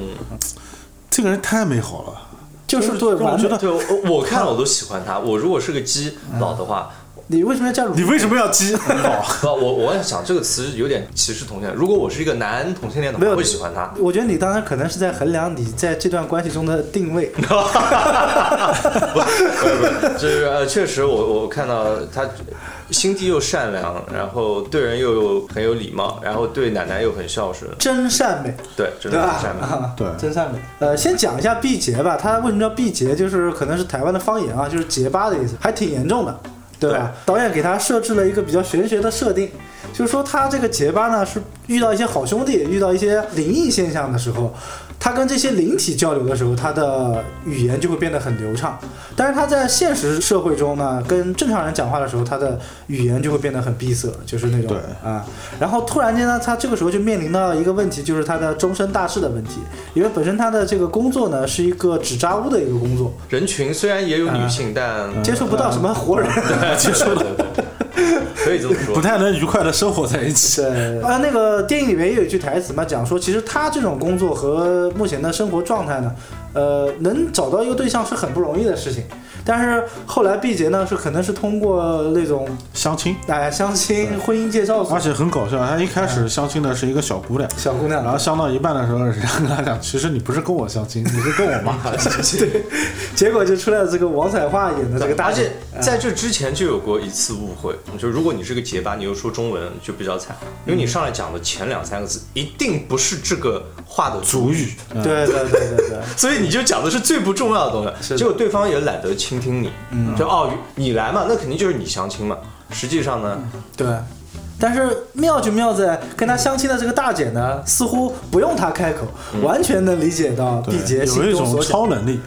这个人太美好了。
就是对
让我
完
觉
美
得。
对，我我看了我都喜欢他。我如果是个基
嗯
佬的话，
你为什么要叫
你为什么要鸡？
不，我我在想这个词有点歧视同性恋。如果我是一个男同性恋的话，我会喜欢他。
我觉得你当时可能是在衡量你在这段关系中的定位。
不是不是，就是呃，确实我我看到他心地又善良，然后对人又有很有礼貌，然后对奶奶又很孝顺，
真善美，
对，真
对
的
吧
很善？良。
啊
对
真善美。呃，先讲一下毕节吧，它为什么叫毕节？就是可能是台湾的方言啊，就是结巴的意思，还挺严重的，对吧？导演给他设置了一个比较玄学的设定，就是说他这个结巴呢，是遇到一些好兄弟，遇到一些灵异现象的时候。他跟这些灵体交流的时候，他的语言就会变得很流畅。但是他在现实社会中呢，跟正常人讲话的时候，他的语言就会变得很闭塞，就是那种
对
啊。然后突然间呢，他这个时候就面临到一个问题，就是他的终身大事的问题，因为本身他的这个工作呢是一个纸扎屋的一个工作，
人群虽然也有女性，但
接触不到什么活人。
接受的可以这么 说
不。太能愉快的生活在一起。
对，啊，那个电影里面也有一句台词嘛，讲说其实他这种工作和目前的生活状态呢，呃，能找到一个对象是很不容易的事情。但是后来毕节呢，是可能是通过那种
相亲，
哎相亲、婚姻介绍所
而且很搞笑。他一开始相亲的是一个小姑娘，
小姑娘，
然后相到一半的时候，人家跟他讲，其实你不是跟我相亲，你是跟我妈相亲。
结果就出来了这个王彩桦演的这个大
而
姐
且。在这之前就有过一次误会，就如果你是个结巴，你又说中文就比较惨，因为你上来讲的前两三个字一定不是这个话的主语，
对对对对对，
所以你就讲的是最不重要的东西，结果对方也懒得倾听你，
嗯
就哦你来嘛，那肯定就是你相亲嘛。实际上呢，
对，但是妙就妙在跟他相亲的这个大姐呢，似乎不用他开口，完全能理解到
对
毕节
有
心
一
中
种
所想，
超能力，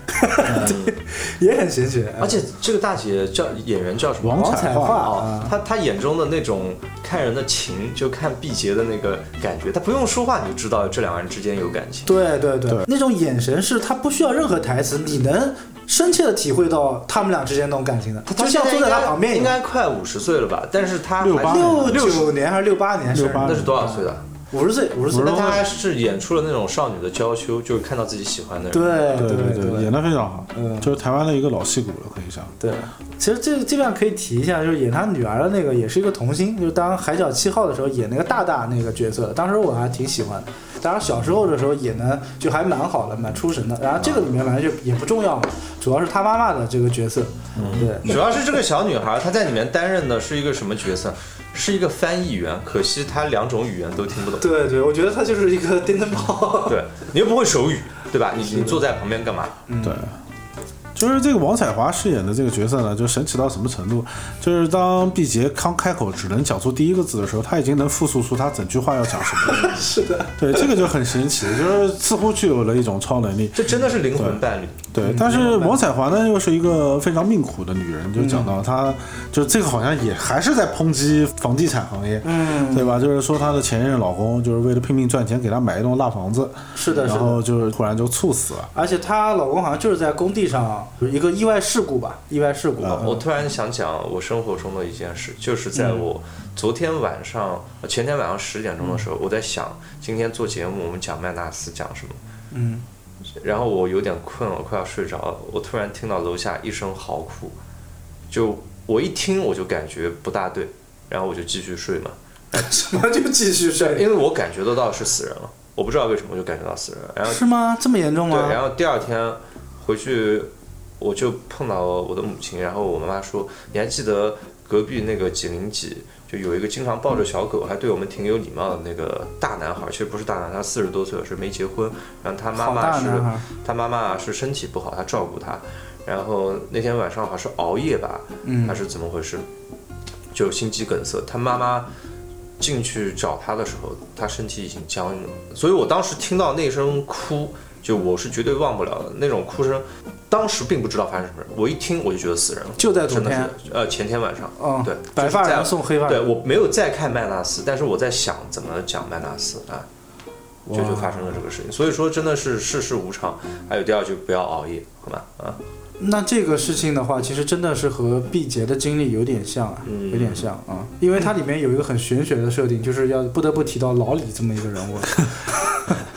也很玄学。
而且这个大姐叫演员叫什么？
王
王
彩
彩
桦
桦
哦
啊，，
她她眼中的那种看人的情，就看毕节的那个感觉，她不用说话你就知道这两个人之间有感情。
对对对
对
那种眼神是他不需要任何台词，你能深切的体会到他们俩之间那种感情的，就像坐在他旁边一
应
样。
该快五十岁了吧？但是她
68
还是
六九年还是六八年生日？
68
那是多少岁的？
五十岁，五十岁。
那她还是演出了那种少女的娇羞，就是看到自己喜欢的人。
对
对
对
对，演的非常好，就是台湾的一个老戏骨了，可以讲。
对，其实这这边可以提一下，就是演他女儿的那个也是一个童星，就是当《海角七号》的时候演那个大大那个角色，当时我还挺喜欢的。当然小时候的时候演的就还蛮好的，蛮出神的。然后这个里面反正就也不重要嘛，主要是他妈妈的这个角色，对。
主要是这个小女孩，她在里面担任的是一个什么角色？是一个翻译员，可惜她两种语言都听不懂。
对对，我觉得他就是一个电灯泡。 嗯
对，你又不会手语，对吧？你你坐在旁边干嘛？
对，就是这个王彩华饰演的这个角色呢，就神奇到什么程度？就是当毕节刚开口只能讲出第一个字的时候，他已经能复述出他整句话要讲什 么了。
是的，
对，这个就很神奇，就是似乎具有了一种超能力。
这真的是灵魂伴侣。
嗯
对，但是王彩华呢，又是一个非常命苦的女人，就讲到她，
嗯
就这个好像也还是在抨击房地产行业，嗯，对吧？就是说她的前任老公就是为了拼命赚钱，给她买一栋大房子，
是的，是
然
的。
后就是突然就猝死了。
而且她老公好像就是在工地上有一个意外事故吧，意外事故。
啊 我我突然想讲我生活中的一件事，就是在我昨天晚上、呃前天晚上十点钟的时候，我在想今天做节目我们讲麦纳斯讲什么。
嗯。
然后我有点困了，快要睡着了。我突然听到楼下一声嚎哭，就我一听我就感觉不大对，然后我就继续睡嘛，
什么就继续 睡。
因为我感觉得到是死人了，我不知道为什么我就感觉到死人了。然后
是吗？这么严重
对，
吗？
然后第二天回去，我就碰到我的母亲，然后我妈妈说：“你还记得隔壁那个几零几，就有一个经常抱着小狗，还对我们挺有礼貌的那个大男孩？其实不是大男孩，他四十多岁了，是没结婚。然后他妈
好
妈
大
是
男孩，
他妈妈是身体不好，他照顾他。然后那天晚上好像是熬夜吧，
嗯
还是怎么回事，就心肌梗塞。他妈妈进去找他的时候，他身体已经僵硬了，所以我当时听到那声哭，就我是绝对忘不了的那种哭声。当时并不知道发生什么事，我一听我就觉得死人了，
就在昨
真的
天，
是呃前天晚上，
嗯，
对，
白发
就是在
人送黑发
对
人，
我没有再看麦纳斯，但是我在想怎么讲麦纳斯啊，就就发生了这个事情。所以说真的是世事无常，还有第二句不要熬夜，好吧？啊，
那这个事情的话，其实真的是和毕节的经历有点像啊，
嗯
有点像啊，因为它里面有一个很玄学的设定，就是要不得不提到老李这么一个人 物。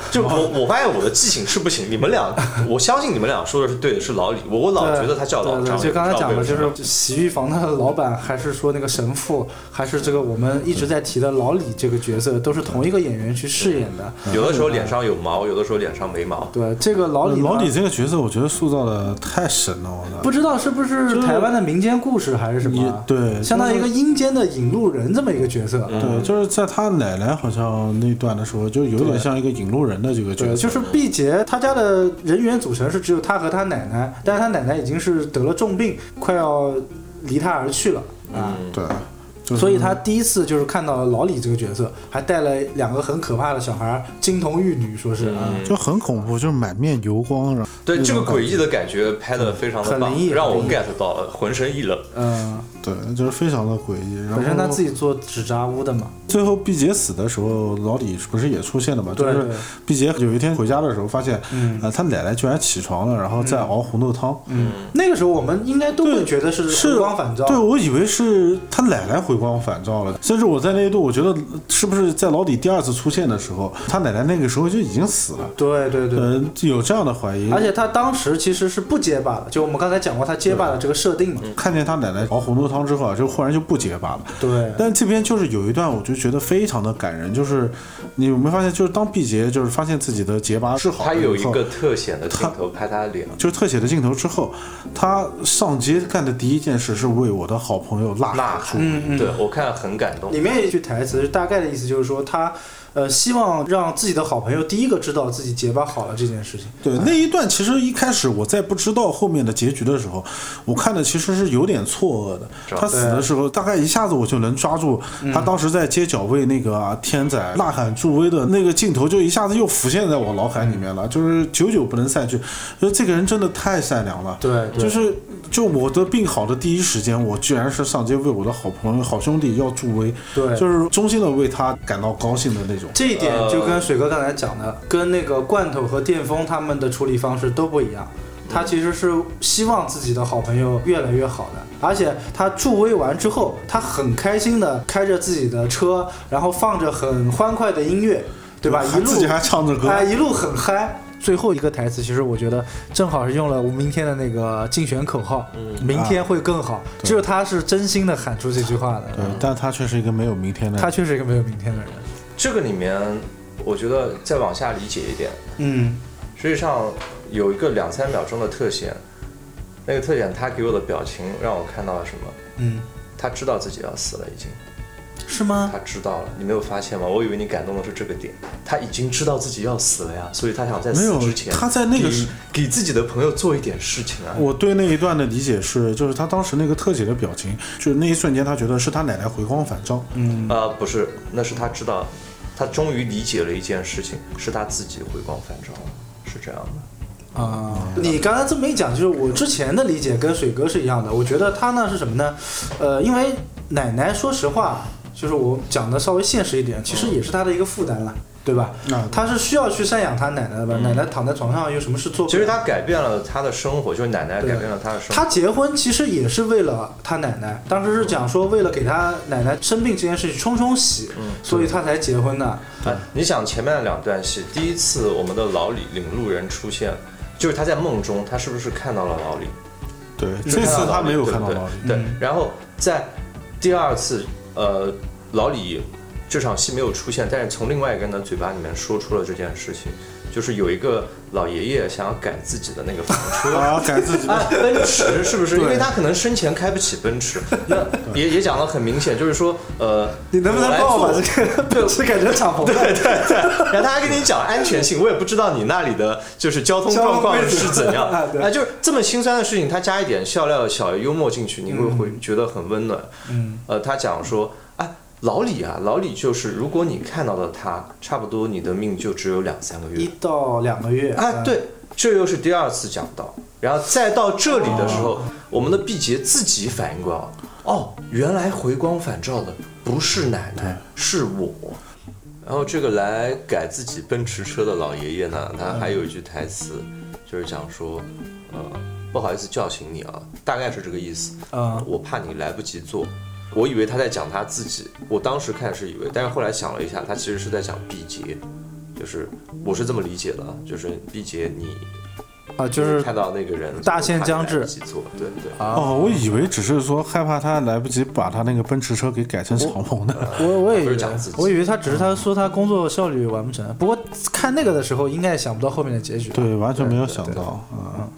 就我我发现我的记性是不行，你们俩，我相信你们俩说的是对的，是老李，我我老
对
哦觉得他叫老
对对
张，
就刚才讲
也
的，
不知
就
道为什么
是洗浴房的老板，还是说那个神父，还是这个我们一直在提的老李这个角色，都是同一个演员去饰演的。
有的时候脸上有毛，有的时候脸上没毛。
对，这个老李呢，
老李这个角色，我觉得塑造的太神了，我操！
不知道是不是台湾的民间故事还是什
你
么，啊
对，嗯
相当于一个阴间的引路人这么一个角色。
对，就是在他奶奶好像那段的时候，就有点像一个引路人的这个角
对，
色，
就是毕节他家的人员组成是只有他和他奶奶，但是他奶奶已经是得了重病，快要离他而去了啊。
嗯，
对，就是
所以他第一次就是看到老李这个角色，还带了两个很可怕的小孩儿，金童玉女，说是啊，
就很恐怖，就是满面油光，然后
对这个诡异的感觉拍的非常的
嗯很
棒
灵异，
让我
很灵
get 到了，浑身一冷。
嗯，
对，就是非常的诡异。然后
本身他自己做纸扎屋的嘛，
最后毕节死的时候，老李不是也出现了嘛？就
对
是
对
毕节有一天回家的时候，发现，
嗯
呃，他奶奶居然起床了，然后在熬红豆汤，嗯，
那个时候我们应该都会
对
觉得是
是
回光返照，
对，我以为是他奶奶回光返照了，甚至我在那一度，我觉得是不是在老李第二次出现的时候，他奶奶那个时候就已经死了，
对对对。
嗯，有这样的怀疑。
而且他当时其实是不结巴的，就我们刚才讲过他结巴的这个设定嘛。
看见他奶奶熬红豆汤之后啊，就忽然就不结巴了。
对，
但这边就是有一段，我就觉得非常的感人，就是你有没有发现，就是当毕节就是发现自己的结巴治好了
他有
嗯
一
以后
个特写的镜头拍他的脸，
就是特写的镜头之后，他上街干的第一件事是为我的好朋友呐
呐
喊。
嗯
喊，对我看很感动
里。面有一句台词，大概的意思就是说他，呃，希望让自己的好朋友第一个知道自己结巴好了这件事情。
对那一段，其实一开始我在不知道后面的结局的时候，我看的其实是有点错愕的。他死的时候，大概一下子我就能抓住
嗯
他当时在街角为那个啊天仔呐喊助威的那个镜头，就一下子又浮现在我脑海里面了，就是久久不能散去。就这个人真的太善良了。
对，
就是就我的病好的第一时间，我居然是上街为我的好朋友、好兄弟要助威，
对
就是衷心的为他感到高兴的那种。
这一点就跟水哥刚才讲的，跟那个罐头和电风他们的处理方式都不一样。
嗯
他其实是希望自己的好朋友越来越好的，而且他助威完之后，他很开心的开着自己的车，然后放着很欢快的音乐，对吧？一
还
路
自己还唱着歌，
哎，一路很嗨。最后一个台词，其实我觉得正好是用了我明天的那个竞选口号，
嗯
明天会更好。只有他是真心的喊出这句话
啊
的，，
对呃但他却是一个没有明天的
他
人。
确实是一个没有明天的人。
这个里面，我觉得再往下理解一点，
嗯，
实际上有一个两三秒钟的特写，那个特写他给我的表情让我看到了什么？
嗯，
他知道自己要死了已经。
是吗？
他知道了，你没有发现吗？我以为你感动的是这个点，他已经知道自己要死了呀，所以他想在
没
死
有
之前，
他在那
嗯
个时
给给自己的朋友做一点事情啊。
我对那一段的理解是，就是他当时那个特写的表情，就是那一瞬间，他觉得是他奶奶回光返照。
嗯
啊、不是，那是他知道，他终于理解了一件事情，是他自己回光返照了，是这样的。
啊、你刚才这么一讲，就是我之前的理解跟水哥是一样的。我觉得他呢是什么呢？呃，因为奶奶，说实话，就是我讲的稍微现实一点，其实也是他的一个负担了，对吧？
啊
他是需要去赡养他奶奶的吧？奶奶躺在床上有什么事做不了？
其实他改变了他的生活，就是奶奶
对
改变了他的生活。
他结婚其实也是为了他奶奶，当时是讲说为了给他奶奶生病这件事情冲冲喜，所以他才结婚的。
哎，你想前面两段戏，第一次我们的老李领路人出现，就是他在梦中，他是不是看到了老李？
对，这次他没有看到
对
老李。
对，然后在第二次，呃，老李这场戏没有出现，但是从另外一个人的嘴巴里面说出了这件事情，就是有一个老爷爷想要改自己的那个房车。
啊，改自己的
啊，奔驰是不是？因为他可能生前开不起奔驰，那也也讲得很明显，就是说，呃，
你能不能
我来
帮我把
做
这 个是改成敞篷的？
然后他还跟你讲安全性，我也不知道你那里的就是交通状况是怎
交
样，
通规则
哎，就是这么心酸的事情，他加一点笑料、小幽默进去，你会会觉得很温暖。嗯，呃，他讲说，哎，老李啊，老李就是，如果你看到了他，差不多你的命就只有两三个
一
月。
到两个月
哎，，对，这又是第二次讲到，然后再到这里的时候，我们的毕节自己反应过来了，哦，原来回光返照的不是奶奶，是我。然后这个来改自己奔驰车的老爷爷呢，他还有一句台词，就是讲说，呃，不好意思叫醒你啊，大概是这个意思。
嗯
啊我怕你来不及做。我以为他在讲他自己，我当时看是以为，但是后来想了一下，他其实是在讲毕节，就是我是这么理解的，啊，就是毕节你
啊，就是
看到那个人，
大限将至
我怕你来不及做，对对。
哦，我以为只是说害怕他来不及把他那个奔驰车给改成敞
哦
篷的。
我我也以
啊
为
不是讲嗯自己
我以为他只是他说他工作效率完不成，不过看那个的时候应该也想不到后面的结局。
对，完全没有想到
嗯
啊。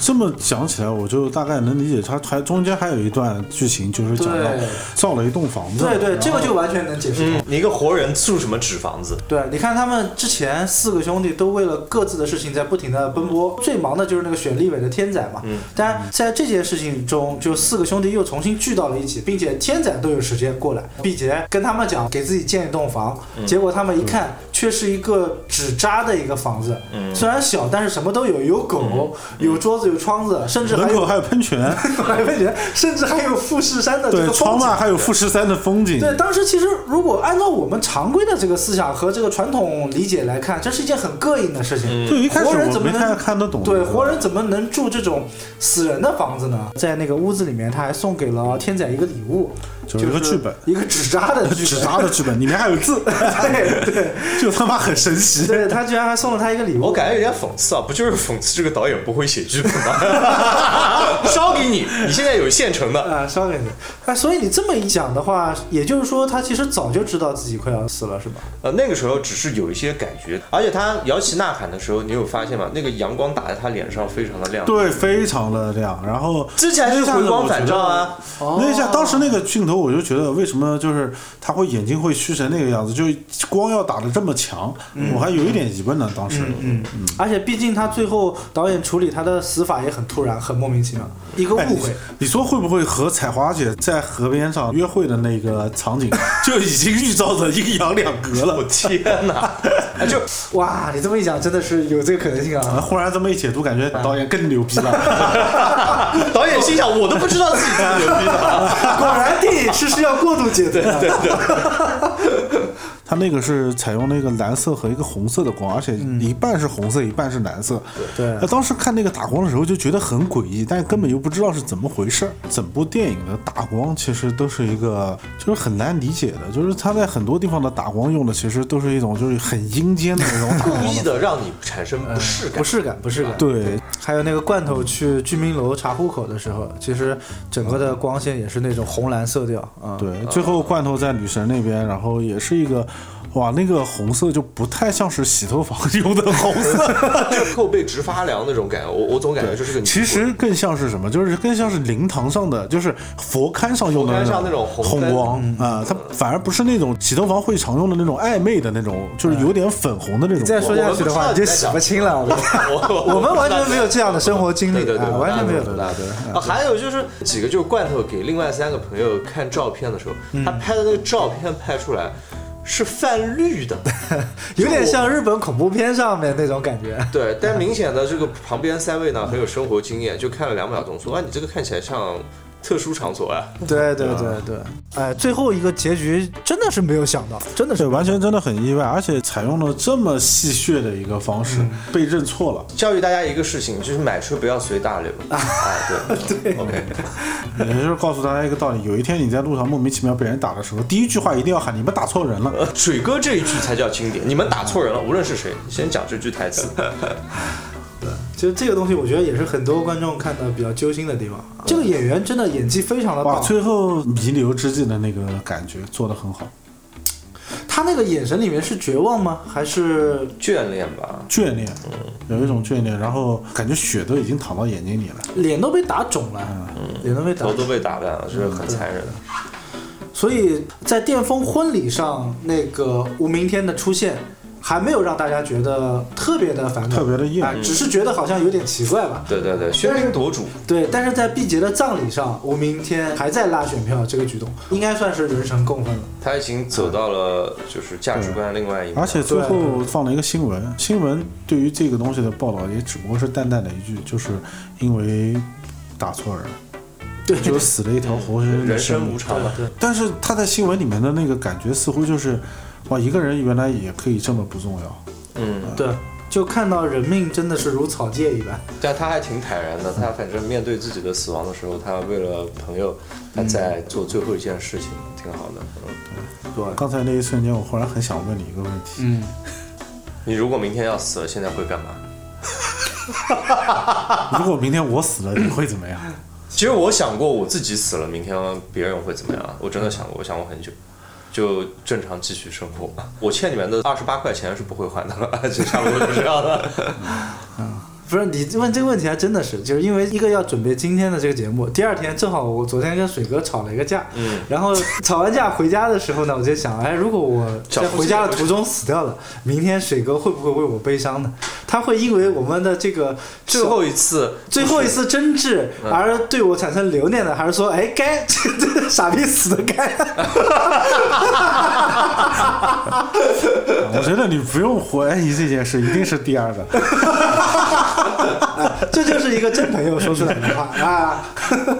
这么讲起来，我就大概能理解他还中间还有一段剧情，就是讲到
对
造了一栋房子，
对对，这个就完全能解释。
嗯，你一个活人住什么纸房子？
对，你看他们之前四个兄弟都为了各自的事情在不停的奔波，最忙的就是那个选立委的天仔嘛。嗯。但在这件事情中，就四个兄弟又重新聚到了一起，并且天仔都有时间过来，毕节跟他们讲给自己建一栋房，结果他们一看，却是一个纸扎的一个房子。嗯。虽然小，但是什么都有，有狗，有桌子，有窗子，甚至还
门口
有
还有喷泉，
还有人，甚至还有富士山 的这
对，
个
窗
风景
外还有富士山的风景，
对，当时其实如果按照我们常规的这个思想和这个传统理解来看，这是一件很膈应的事情。
嗯对，一开始
活人
我
怎么
没太
能
看得懂。
对活人怎么能住这种死人的房子呢？在那个屋子里面，他还送给了天仔一个礼物，
就是一个剧本，
一个纸扎的剧
纸
本。
扎的剧本，里面还有字，
对对
就他妈很神奇。
对，他居然还送了他一个礼物。
我感觉有点讽刺啊，不就是讽刺这个导演不会写剧本吗？ 烧给你，你现在有现成的。
啊，烧给你。哎，所以你这么一讲的话，也就是说他其实早就知道自己快要死了，是吧？
呃，那个时候只是有一些感觉，而且他摇旗呐喊的时候，你有发现吗？那个阳光打在他脸上非常的亮。，
对，非常的亮。然后
之前是回光返照啊。
那一下，当时那个镜头，我就觉得为什么就是他会眼睛会虚成那个样子，就光要打的这么强，
嗯
我还有一点疑问呢。当时，嗯，
而且毕竟他最后导演处理他的死法也很突然，很莫名其妙，一个误
哎
会。
你说会不会和彩华姐在河边上约会的那个场 景，就已经预兆着阴阳两隔了？我天！
哎就
哇，你这么一讲，真的是有这个可能性啊！
忽然这么一解读，感觉导演更牛逼了。
导演心想，我都不知道自己这么牛逼的。
果然电影是是要过度解读啊 的。
他那个是采用那个蓝色和一个红色的光，而且一半是红色，一半是蓝色。
对
那当时看那个打光的时候就觉得很诡异，但根本又不知道是怎么回事儿。整部电影的打光其实都是一个，就是很难理解的，就是他在很多地方的打光用的其实都是一种就是很阴间的那种 打
故
光
意
的。
的让你产生不适感
不。适感，不适感。，
对，
还有那个罐头去居民楼查户口的时候，其实整个的光线也是那种红蓝色调啊。
对，最后罐头在女神那边，然后也是一个哇，那个红色就不太像是洗头房用的红色，
就是后背直发凉那种感觉，我我总感觉就是个泥
其实更像是什么？就是更像是灵堂上的，就是佛龛上用的
佛龛上
那
那种红
红
灯
光啊、它反而不是那种洗头房会常用的那种暧昧的那种，就是有点粉红的那种
再
光。
说下去的话，
我们
你
不知道
就洗不清了。我
我
我们完全没有这样的生活经历
对对对
啊，
我
完全没有
大
的。对，
啊，还有就是几个就是罐头给另外三个朋友看照片的时候，他拍的那个照片拍出来是泛绿 的，
有点像日本恐怖片上面那种感觉。
对，但明显的这个旁边三位呢很有生活经验，就看了两秒钟，说啊你这个看起来像特殊场所啊，
对对对对，
哎，最后一个结局真的是没有想到，真的
对，
是
完全真的很意外，而且采用了这么戏谑的一个方式，被认错了。
教育大家一个事情，就是买车不要随大流啊，对对，OK，
也就是告诉大家一个道理：有一天你在路上莫名其妙被人打的时候，第一句话一定要喊“你们打错人了
水哥这一句才叫经典，你们打错人了，无论是谁，先讲这句台词，
其实这个东西我觉得也是很多观众看到比较揪心的地方。啊这个演员真的演技非常”。的
哇，
棒，
最后弥留之际的那个感觉做得很好，
他那个眼神里面是绝望吗？还是
眷恋吧，
眷恋，有一种眷恋，然后感觉血都已经淌到眼睛里了。
脸都被打肿了？
嗯
脸都被打
头
肿
都。被打烂了，这是很残忍的。
所以在电风婚礼上，那个吴明天的出现，还没有让大家觉得特别的反感，
特别的厌恶
哎只是觉得好像有点奇怪吧。
对对对，喧宾夺主，
对，但是在毕节的葬礼上，吴明天还在拉选票，这个举动应该算是人神共愤了。
他已经走到了就是价值观另外一面，
而且最后放了一个新闻，新闻对于这个东西的报道也只不过是淡淡的一句，就是因为打错人，
对
就死了一条活生生的
人
生
生
命
无。常嘛，
但是他在新闻里面的那个感觉似乎就是，哇，一个人原来也可以这么不重要。
嗯，
对，就看到人命真的是如草芥一般。
但他还挺坦然的，他反正面对自己的死亡的时候，他为了朋友，他在做最后一件事情，挺好的。嗯，
对，
刚才那一瞬间，我忽然很想问你一个问题：
你如果明天要死了，现在会干嘛？
如果明天我死了，你会怎么 样？
其实我想过我自己死了，明天别人会怎么样？我真的想过，我想过很久，就正常继续生活。我欠你们的二十八块钱是不会还的 了，就差不多是这样的。
不是你问这个问题还真的是，就是因为一个要准备今天的这个节目，第二天正好我昨天跟水哥吵了一个架，
嗯，
然后吵完架回家的时候呢，我就想，哎，如果我
找
在
夫妻
回家的途中死掉了，明天水哥会不会为我悲伤呢？他会因为我们的这个
最后一次，
最后一次争执而对我产生留念呢，还是说，哎，该 这这傻逼死的该？
我觉得你不用怀疑这件事，一定是第二个。
这就是一个真朋友说出来的话啊。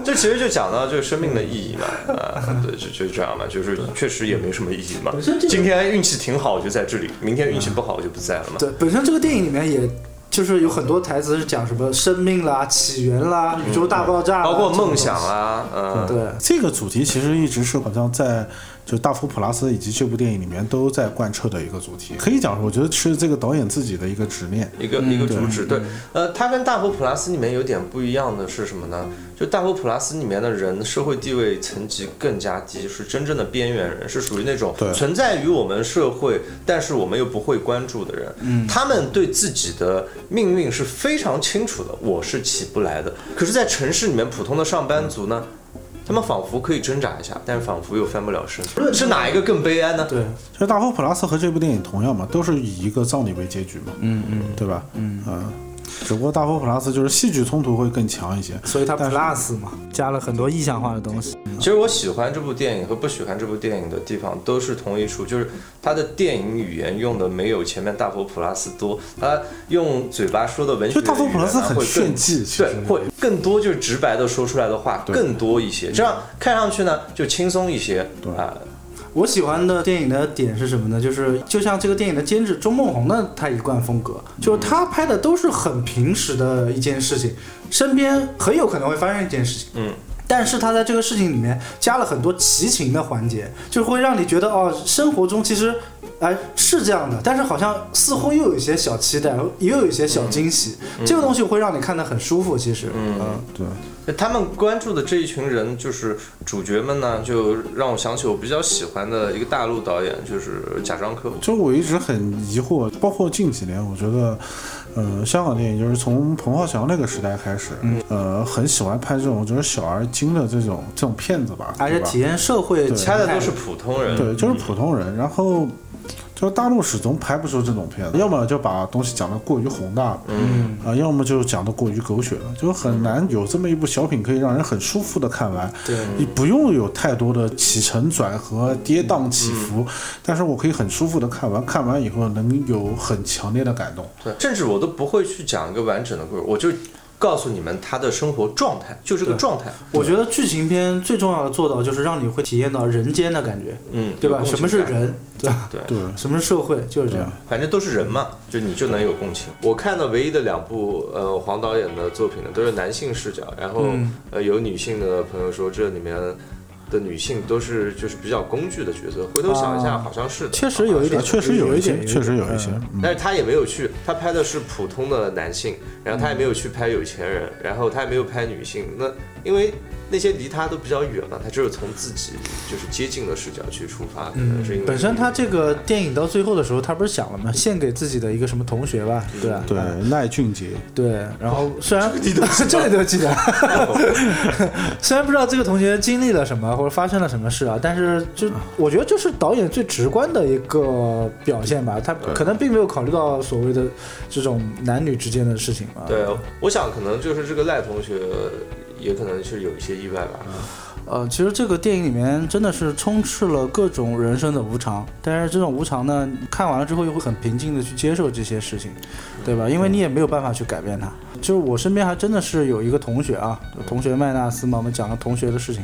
这其实就讲到就是生命的意义嘛，啊，对，就就这样嘛，就是确实也没什么意义嘛。今天运气挺好，我就在这里；明天运气不好，我就不在了嘛。
对，本身这个电影里面也。就是有很多台词是讲什么生命啦、起源啦、宇宙大爆炸啦，
嗯包括梦
这
想
种
啊，嗯，
东西。
这个主题其实一直是好像在就大佛普拉斯以及这部电影里面都在贯彻的一个主题，可以讲是我觉得是这个导演自己的一个执念。
一个一个主旨。对，呃，它跟《大佛普拉斯》里面有点不一样的是什么呢？就《大佛普拉斯》里面的人社会地位层级更加低，是真正的边缘人，是属于那种
对
存在于我们社会，但是我们又不会关注的人。嗯，他们对自己的命运是非常清楚的，我是起不来的。可是，在城市里面，普通的上班族呢？他们仿佛可以挣扎一下，但是仿佛又翻不了身。是哪一个更悲哀呢？
对对，
其实大佛普拉斯和这部电影同样嘛，都是以一个葬礼为结局嘛，嗯嗯，对吧？嗯只不过大佛普拉斯就是戏剧冲突会更强一些。
所以它 plus 嘛。
加了很多意象化的东西。
其实我喜欢这部电影和不喜欢这部电影的地方都是同一处，就是它的电影语言用的没有前面大佛普拉斯多，它用嘴巴说的文学
就大佛
语言
普拉斯
呢
很
会更
炫技其
对
实，
会更多就是直白的说出来的话更多一些，这样看上去呢就轻松一些啊。
我喜欢的电影的点是什么呢？就是就像这个电影的监制周梦红的他一贯风格，就是他拍的都是很平时的一件事情，身边很有可能会发生一件事情。
嗯。
但是他在这个事情里面加了很多奇情的环节，就会让你觉得哦，生活中其实，哎是这样的，但是好像似乎又有一些小期待，也有一些小惊喜，这个东西会让你看得很舒服。其实，嗯，
对，
他们关注的这一群人，就是主角们呢，就让我想起我比较喜欢的一个大陆导演，就是贾樟柯。
就我一直很疑惑，包括近几年，我觉得，呃，香港电影就是从彭浩翔那个时代开始，呃，很喜欢拍这种就是小而精的这种这种片子吧，
而且
对吧
体验社会情态，
拍的都是普通
嗯
人，
对，就是普通人。然后，就大陆始终拍不出这种片
嗯
子，要么就把东西讲得过于宏大了，嗯，啊、要么就讲得过于狗血了，就很难有这么一部小品可以让人很舒服的看完。
对，
你不用有太多的起承转合、跌宕起伏，
嗯
但是我可以很舒服的看完，看完以后能有很强烈的感动。
对，甚至我都不会去讲一个完整的故事，我就告诉你们他的生活状态，就这个状态。
我觉得剧情片最重要的做到就是让你会体验到人间的感觉，
嗯，
对
有
吧？
共情
什么是
感？
人，对吧？
对，
对，
什么是社会，就是这样。
反正都是人嘛，就你就能有共情。
嗯
我看的唯一的两部呃黄导演的作品呢，都是男性视角，然后、
嗯
呃有女性的朋友说这里面的女性都是就是比较工具的角色，回头想一下，好像是的，
啊确实有一点
啊确实有一些，
有一点
确实有一些。嗯
但是他也没有去，他拍的是普通的男性，然后他也没有去拍有钱人，
嗯
然后他也没有拍女性。那因为那些离他都比较远嘛，他只有从自己就是接近的视角去出发，可能是因为
嗯本身他这个电影到最后的时候，他不是想了吗？献给自己的一个什么同学吧，对
嗯
吧？
对，赖俊杰，
对，然后虽然 这里都记得，
哦
虽然不知道这个同学经历了什么或者发生了什么事啊，但是
嗯
就我觉得这是导演最直观的一个表现吧，他可能并没有考虑到所谓的这种男女之间的事情嘛。
对，我想可能就是这个赖同学也可能是有一些意外吧。
呃，其实这个电影里面真的是充斥了各种人生的无常，但是这种无常呢，看完了之后又会很平静的去接受这些事情，对吧？因为你也没有办法去改变它。就是我身边还真的是有一个同学啊，同学麦纳斯嘛，我们讲了同学的事情，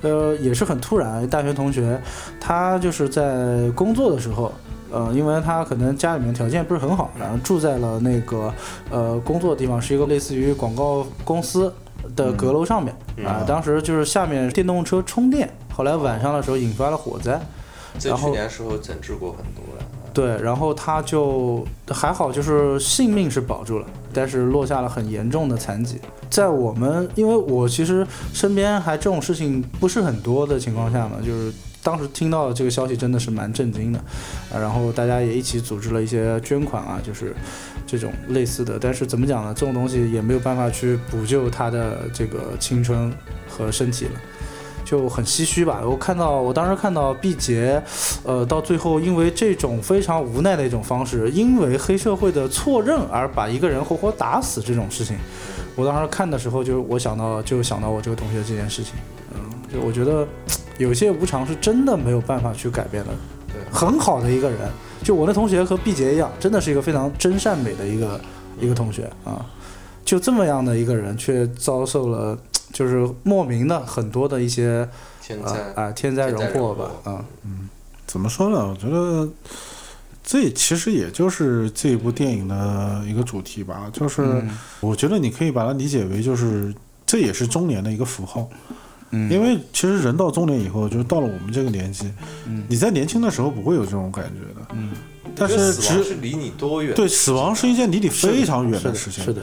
呃，也是很突然，大学同学，他就是在工作的时候。呃，因为他可能家里面条件不是很好，然后住在了那个呃工作的地方是一个类似于广告公司的阁楼上面啊、当时就是下面电动车充电，后来晚上的时候引发了火灾，
在
然
去
后
年时候整治过很多了，
对，然后他就还好，就是性命是保住了，但是落下了很严重的残疾。在我们，因为我其实身边还这种事情不是很多的情况下嘛，就是当时听到这个消息真的是蛮震惊的，啊然后大家也一起组织了一些捐款啊，就是这种类似的。但是怎么讲呢？这种东西也没有办法去补救他的这个青春和身体了。就很唏嘘吧。我看到，我当时看到毕节，呃，到最后因为这种非常无奈的一种方式，因为黑社会的错认而把一个人活活打死这种事情，我当时看的时候就我想到就想到我这个同学这件事情，嗯，就我觉得有些无常是真的没有办法去改变的。
对
很好的一个人，就我那同学和毕节一样，真的是一个非常真善美的一个一个同学啊。就这么样的一个人，却遭受了就是莫名的很多的一些
现
啊
在
啊天灾
天
人
灾人
祸吧，
祸
啊，
怎么说呢？我觉得这其实也就是这部电影的一个主题吧，就是、
嗯
我觉得你可以把它理解为就是这也是中年的一个符号。
嗯
因为其实人到中年以后，就是到了我们这个年纪，
嗯
你在年轻的时候不会有这种感觉的，
嗯
但
这
是
死亡
只
是离你多远？
对死亡是一件离你非常远
是的，
事情，
是的，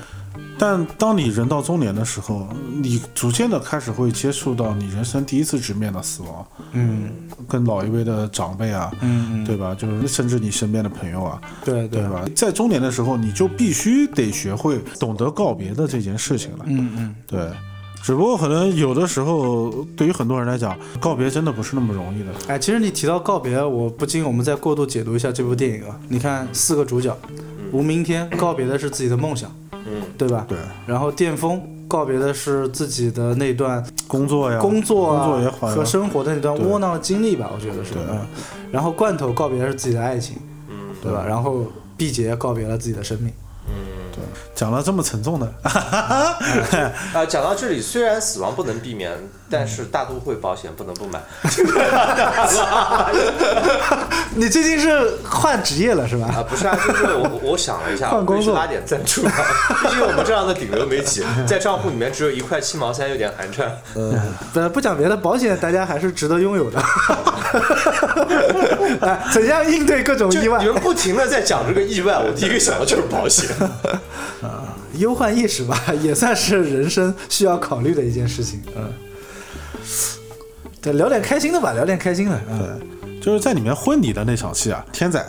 但当你人到中年的时候，你逐渐的开始会接触到你人生第一次直面的死亡，
嗯
跟老一辈的长辈啊，
嗯，
对吧？就是甚至你身边的朋友啊，
对
对
对，
吧？在中年的时候，你就必须得学会懂得告别的这件事情了。
嗯嗯，
对，只不过可能有的时候，对于很多人来讲，告别真的不是那么容易的。
哎，其实你提到告别，我不禁我们再过度解读一下这部电影啊，你看四个主角，吴明天告别的是自己的梦想，
嗯，
对吧？
对，
然后电风告别的是自己的那段
工作呀，
工作啊
工作也好呀
和生活的那段
对
窝囊的经历吧，我觉得是。
对
嗯，然后罐头告别的是自己的爱情，嗯，对吧？然后毕节告别了自己的生命，嗯，
对，讲了这么沉重的，
啊，讲到这里，虽然死亡不能避免，但是大都会保险不能 不买。
你最近是换职业了是吧？
啊，不是啊，就是我我想了一下，
换工作
我可以去拉点赞助吧，啊毕竟我们这样的顶流媒体，在账户里面只有一块七毛三，有点寒碜。
呃，不讲别的，保险大家还是值得拥有的。 哎，怎样应对各种
就
意外
你？们不停的在讲这个意外，我第一个想到就是 保险。
忧患意识吧，也算是人生需要考虑的一件事情。嗯，对，聊点开心的吧，聊点开心的。嗯，
对，就是在里面婚礼的那场戏啊，天仔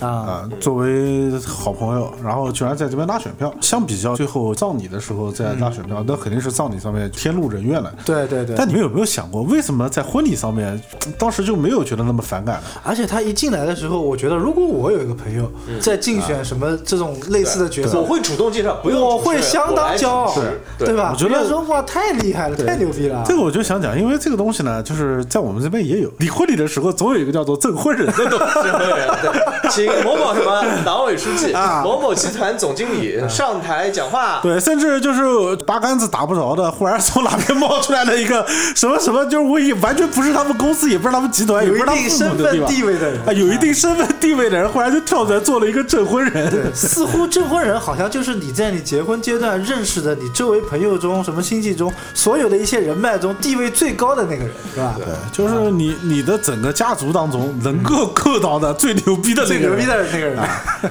啊、作为好朋友，然后居然在这边拉选票。相比较最后葬礼的时候在拉选票，那肯定是葬礼上面天怒人怨了。
对对对。
但你们有没有想过，为什么在婚礼上面，当时就没有觉得那么反感呢？
而且他一进来的时候，我觉得如果我有一个朋友
嗯
在竞选什么这种类似的角色，
我会主动介绍，不用
我
主持
会
人
相当骄傲
我来主持，
对吧？
我觉
不
得
要说哇，太厉害了，太牛逼了。
这个我就想讲，因为这个东西呢，就是在我们这边也有离婚礼的时候，总有一个叫做证婚人的东西。
对，请某某什么党委书 记、
啊
某某集团总经
嗯
理上台讲话。
对，甚至就是八竿子打不着的，忽然从哪边冒出来的一个什么什么，就是我也完全不是他们公司，也不是他们集团，也
有
不
一
是他
定身
们父母的地
份
方。
地位的人，
啊，有一定身份地位的人，忽然就跳出来做了一个证婚人。
似乎证婚人好像就是你在你结婚阶段认识的，你周围朋友中、什么亲戚中、所有的一些人脉中地位最高的那个人，是吧？
对， 就是你你的整个家族当中能够够到的最牛逼的那
嗯最
个
牛逼
人，啊
的那个人，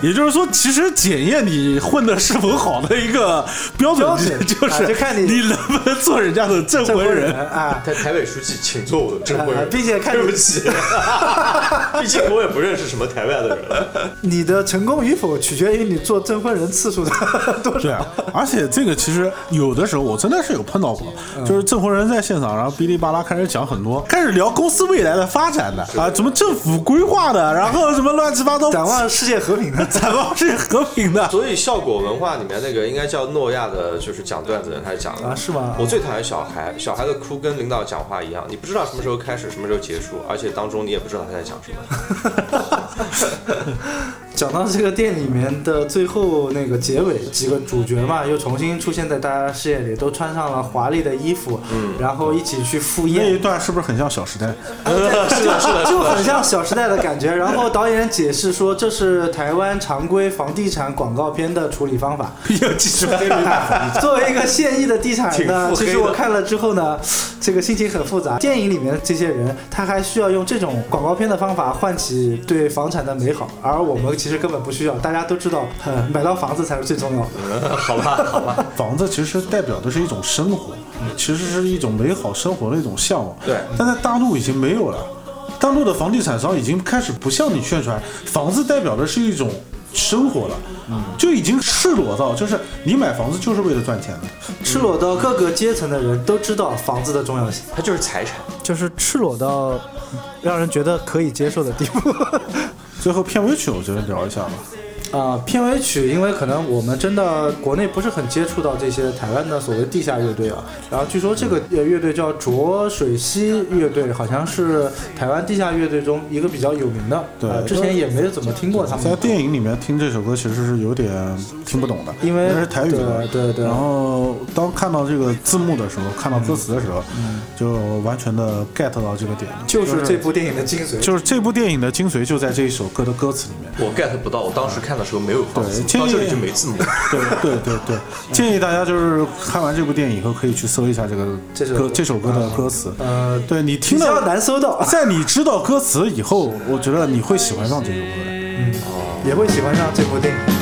也就是说，其实检验你混的是否好的一个标准
标准
就
啊
是
就看你
你能不能做人家的证
证
婚
婚
人
人。啊，
台台委书记，请做我的证婚
啊
人，
并且看
对
你
不起，毕竟我也不认识什么台外的人了。
你的成功与否取决于你做证婚人次数的 多
对
少。
啊，而且这个其实有的时候我真的是有碰到过，
嗯
就是证婚人在现场，然后哔哩吧啦开始讲很多，开始聊公司未来的发展的啊，什么政府规划的，然后什么乱七八糟，，
展望世界和平的
展望是和平的。
所以效果文化里面那个应该叫诺亚的，就是讲段子的人，他讲的
啊是吗
我最讨厌小孩，小孩的哭跟领导讲话一样，你不知道什么时候开始，什么时候结束，而且当中你也不知道他在讲什么。
讲到这个店里面的最后那个结尾，几个主角嘛，又重新出现在大家视野里，都穿上了华丽的衣服，嗯，然后一起去赴
那一
宴，
段是不是很像《小时代》？
是的，是的，
就很像《小时代》的感觉。然后导演解释说，这是台湾常规房地产广告片的处理方法。
有技术黑名单。
作为一个现役的地产人呢，
挺腹
其
黑的
实我看了之后呢，这个心情很复杂。电影里面的这些人，他还需要用这种广告片的方法唤起对房产的美好，而我们其实根本不需要。大家都知道，呃，买到房子才是最重要的。
嗯 好吧，好吧，
房子其实代表的是一种生活，
嗯
其实是一种美好生活的一种向往。
对
但在大陆已经没有了，大陆的房地产商已经开始不向你宣传房子代表的是一种生活了，
嗯
就已经赤裸到就是你买房子就是为了赚钱的。
赤裸到各个阶层的人都知道房子的重要性。
他就是财产。
就是赤裸到让人觉得可以接受的地步。
最后片尾曲我觉得聊一下吧，
啊、片尾曲，因为可能我们真的国内不是很接触到这些台湾的所谓地下乐队啊。然后据说这个呃乐队叫浊水溪乐队，好像是台湾地下乐队中一个比较有名的。
对
呃之前也没怎么听过他们
在
的。
电影里面听这首歌其实是有点听不懂的，
因为
那是台语歌。
对对对
然后当看到这个字幕的时候，看到歌词的时候，
嗯
就完全的 get 到这个点了。
就是这部电影的精髓，
就是这部电影的精髓就在这一首歌的歌词里面。
我 get 不到，我当时看的时候没有放字
对
幕，
建
哦到
议
这里就没字幕。 嗯
对对对对，建议大家就是看完这部电影以后，可以去搜一下这个
这首
歌
歌
这首歌的歌词。
嗯
呃，
对你
比
听
较
到，
难搜到，
在你知道歌词以后，我觉得你会喜欢上这首歌的。
也会喜欢上这部电影。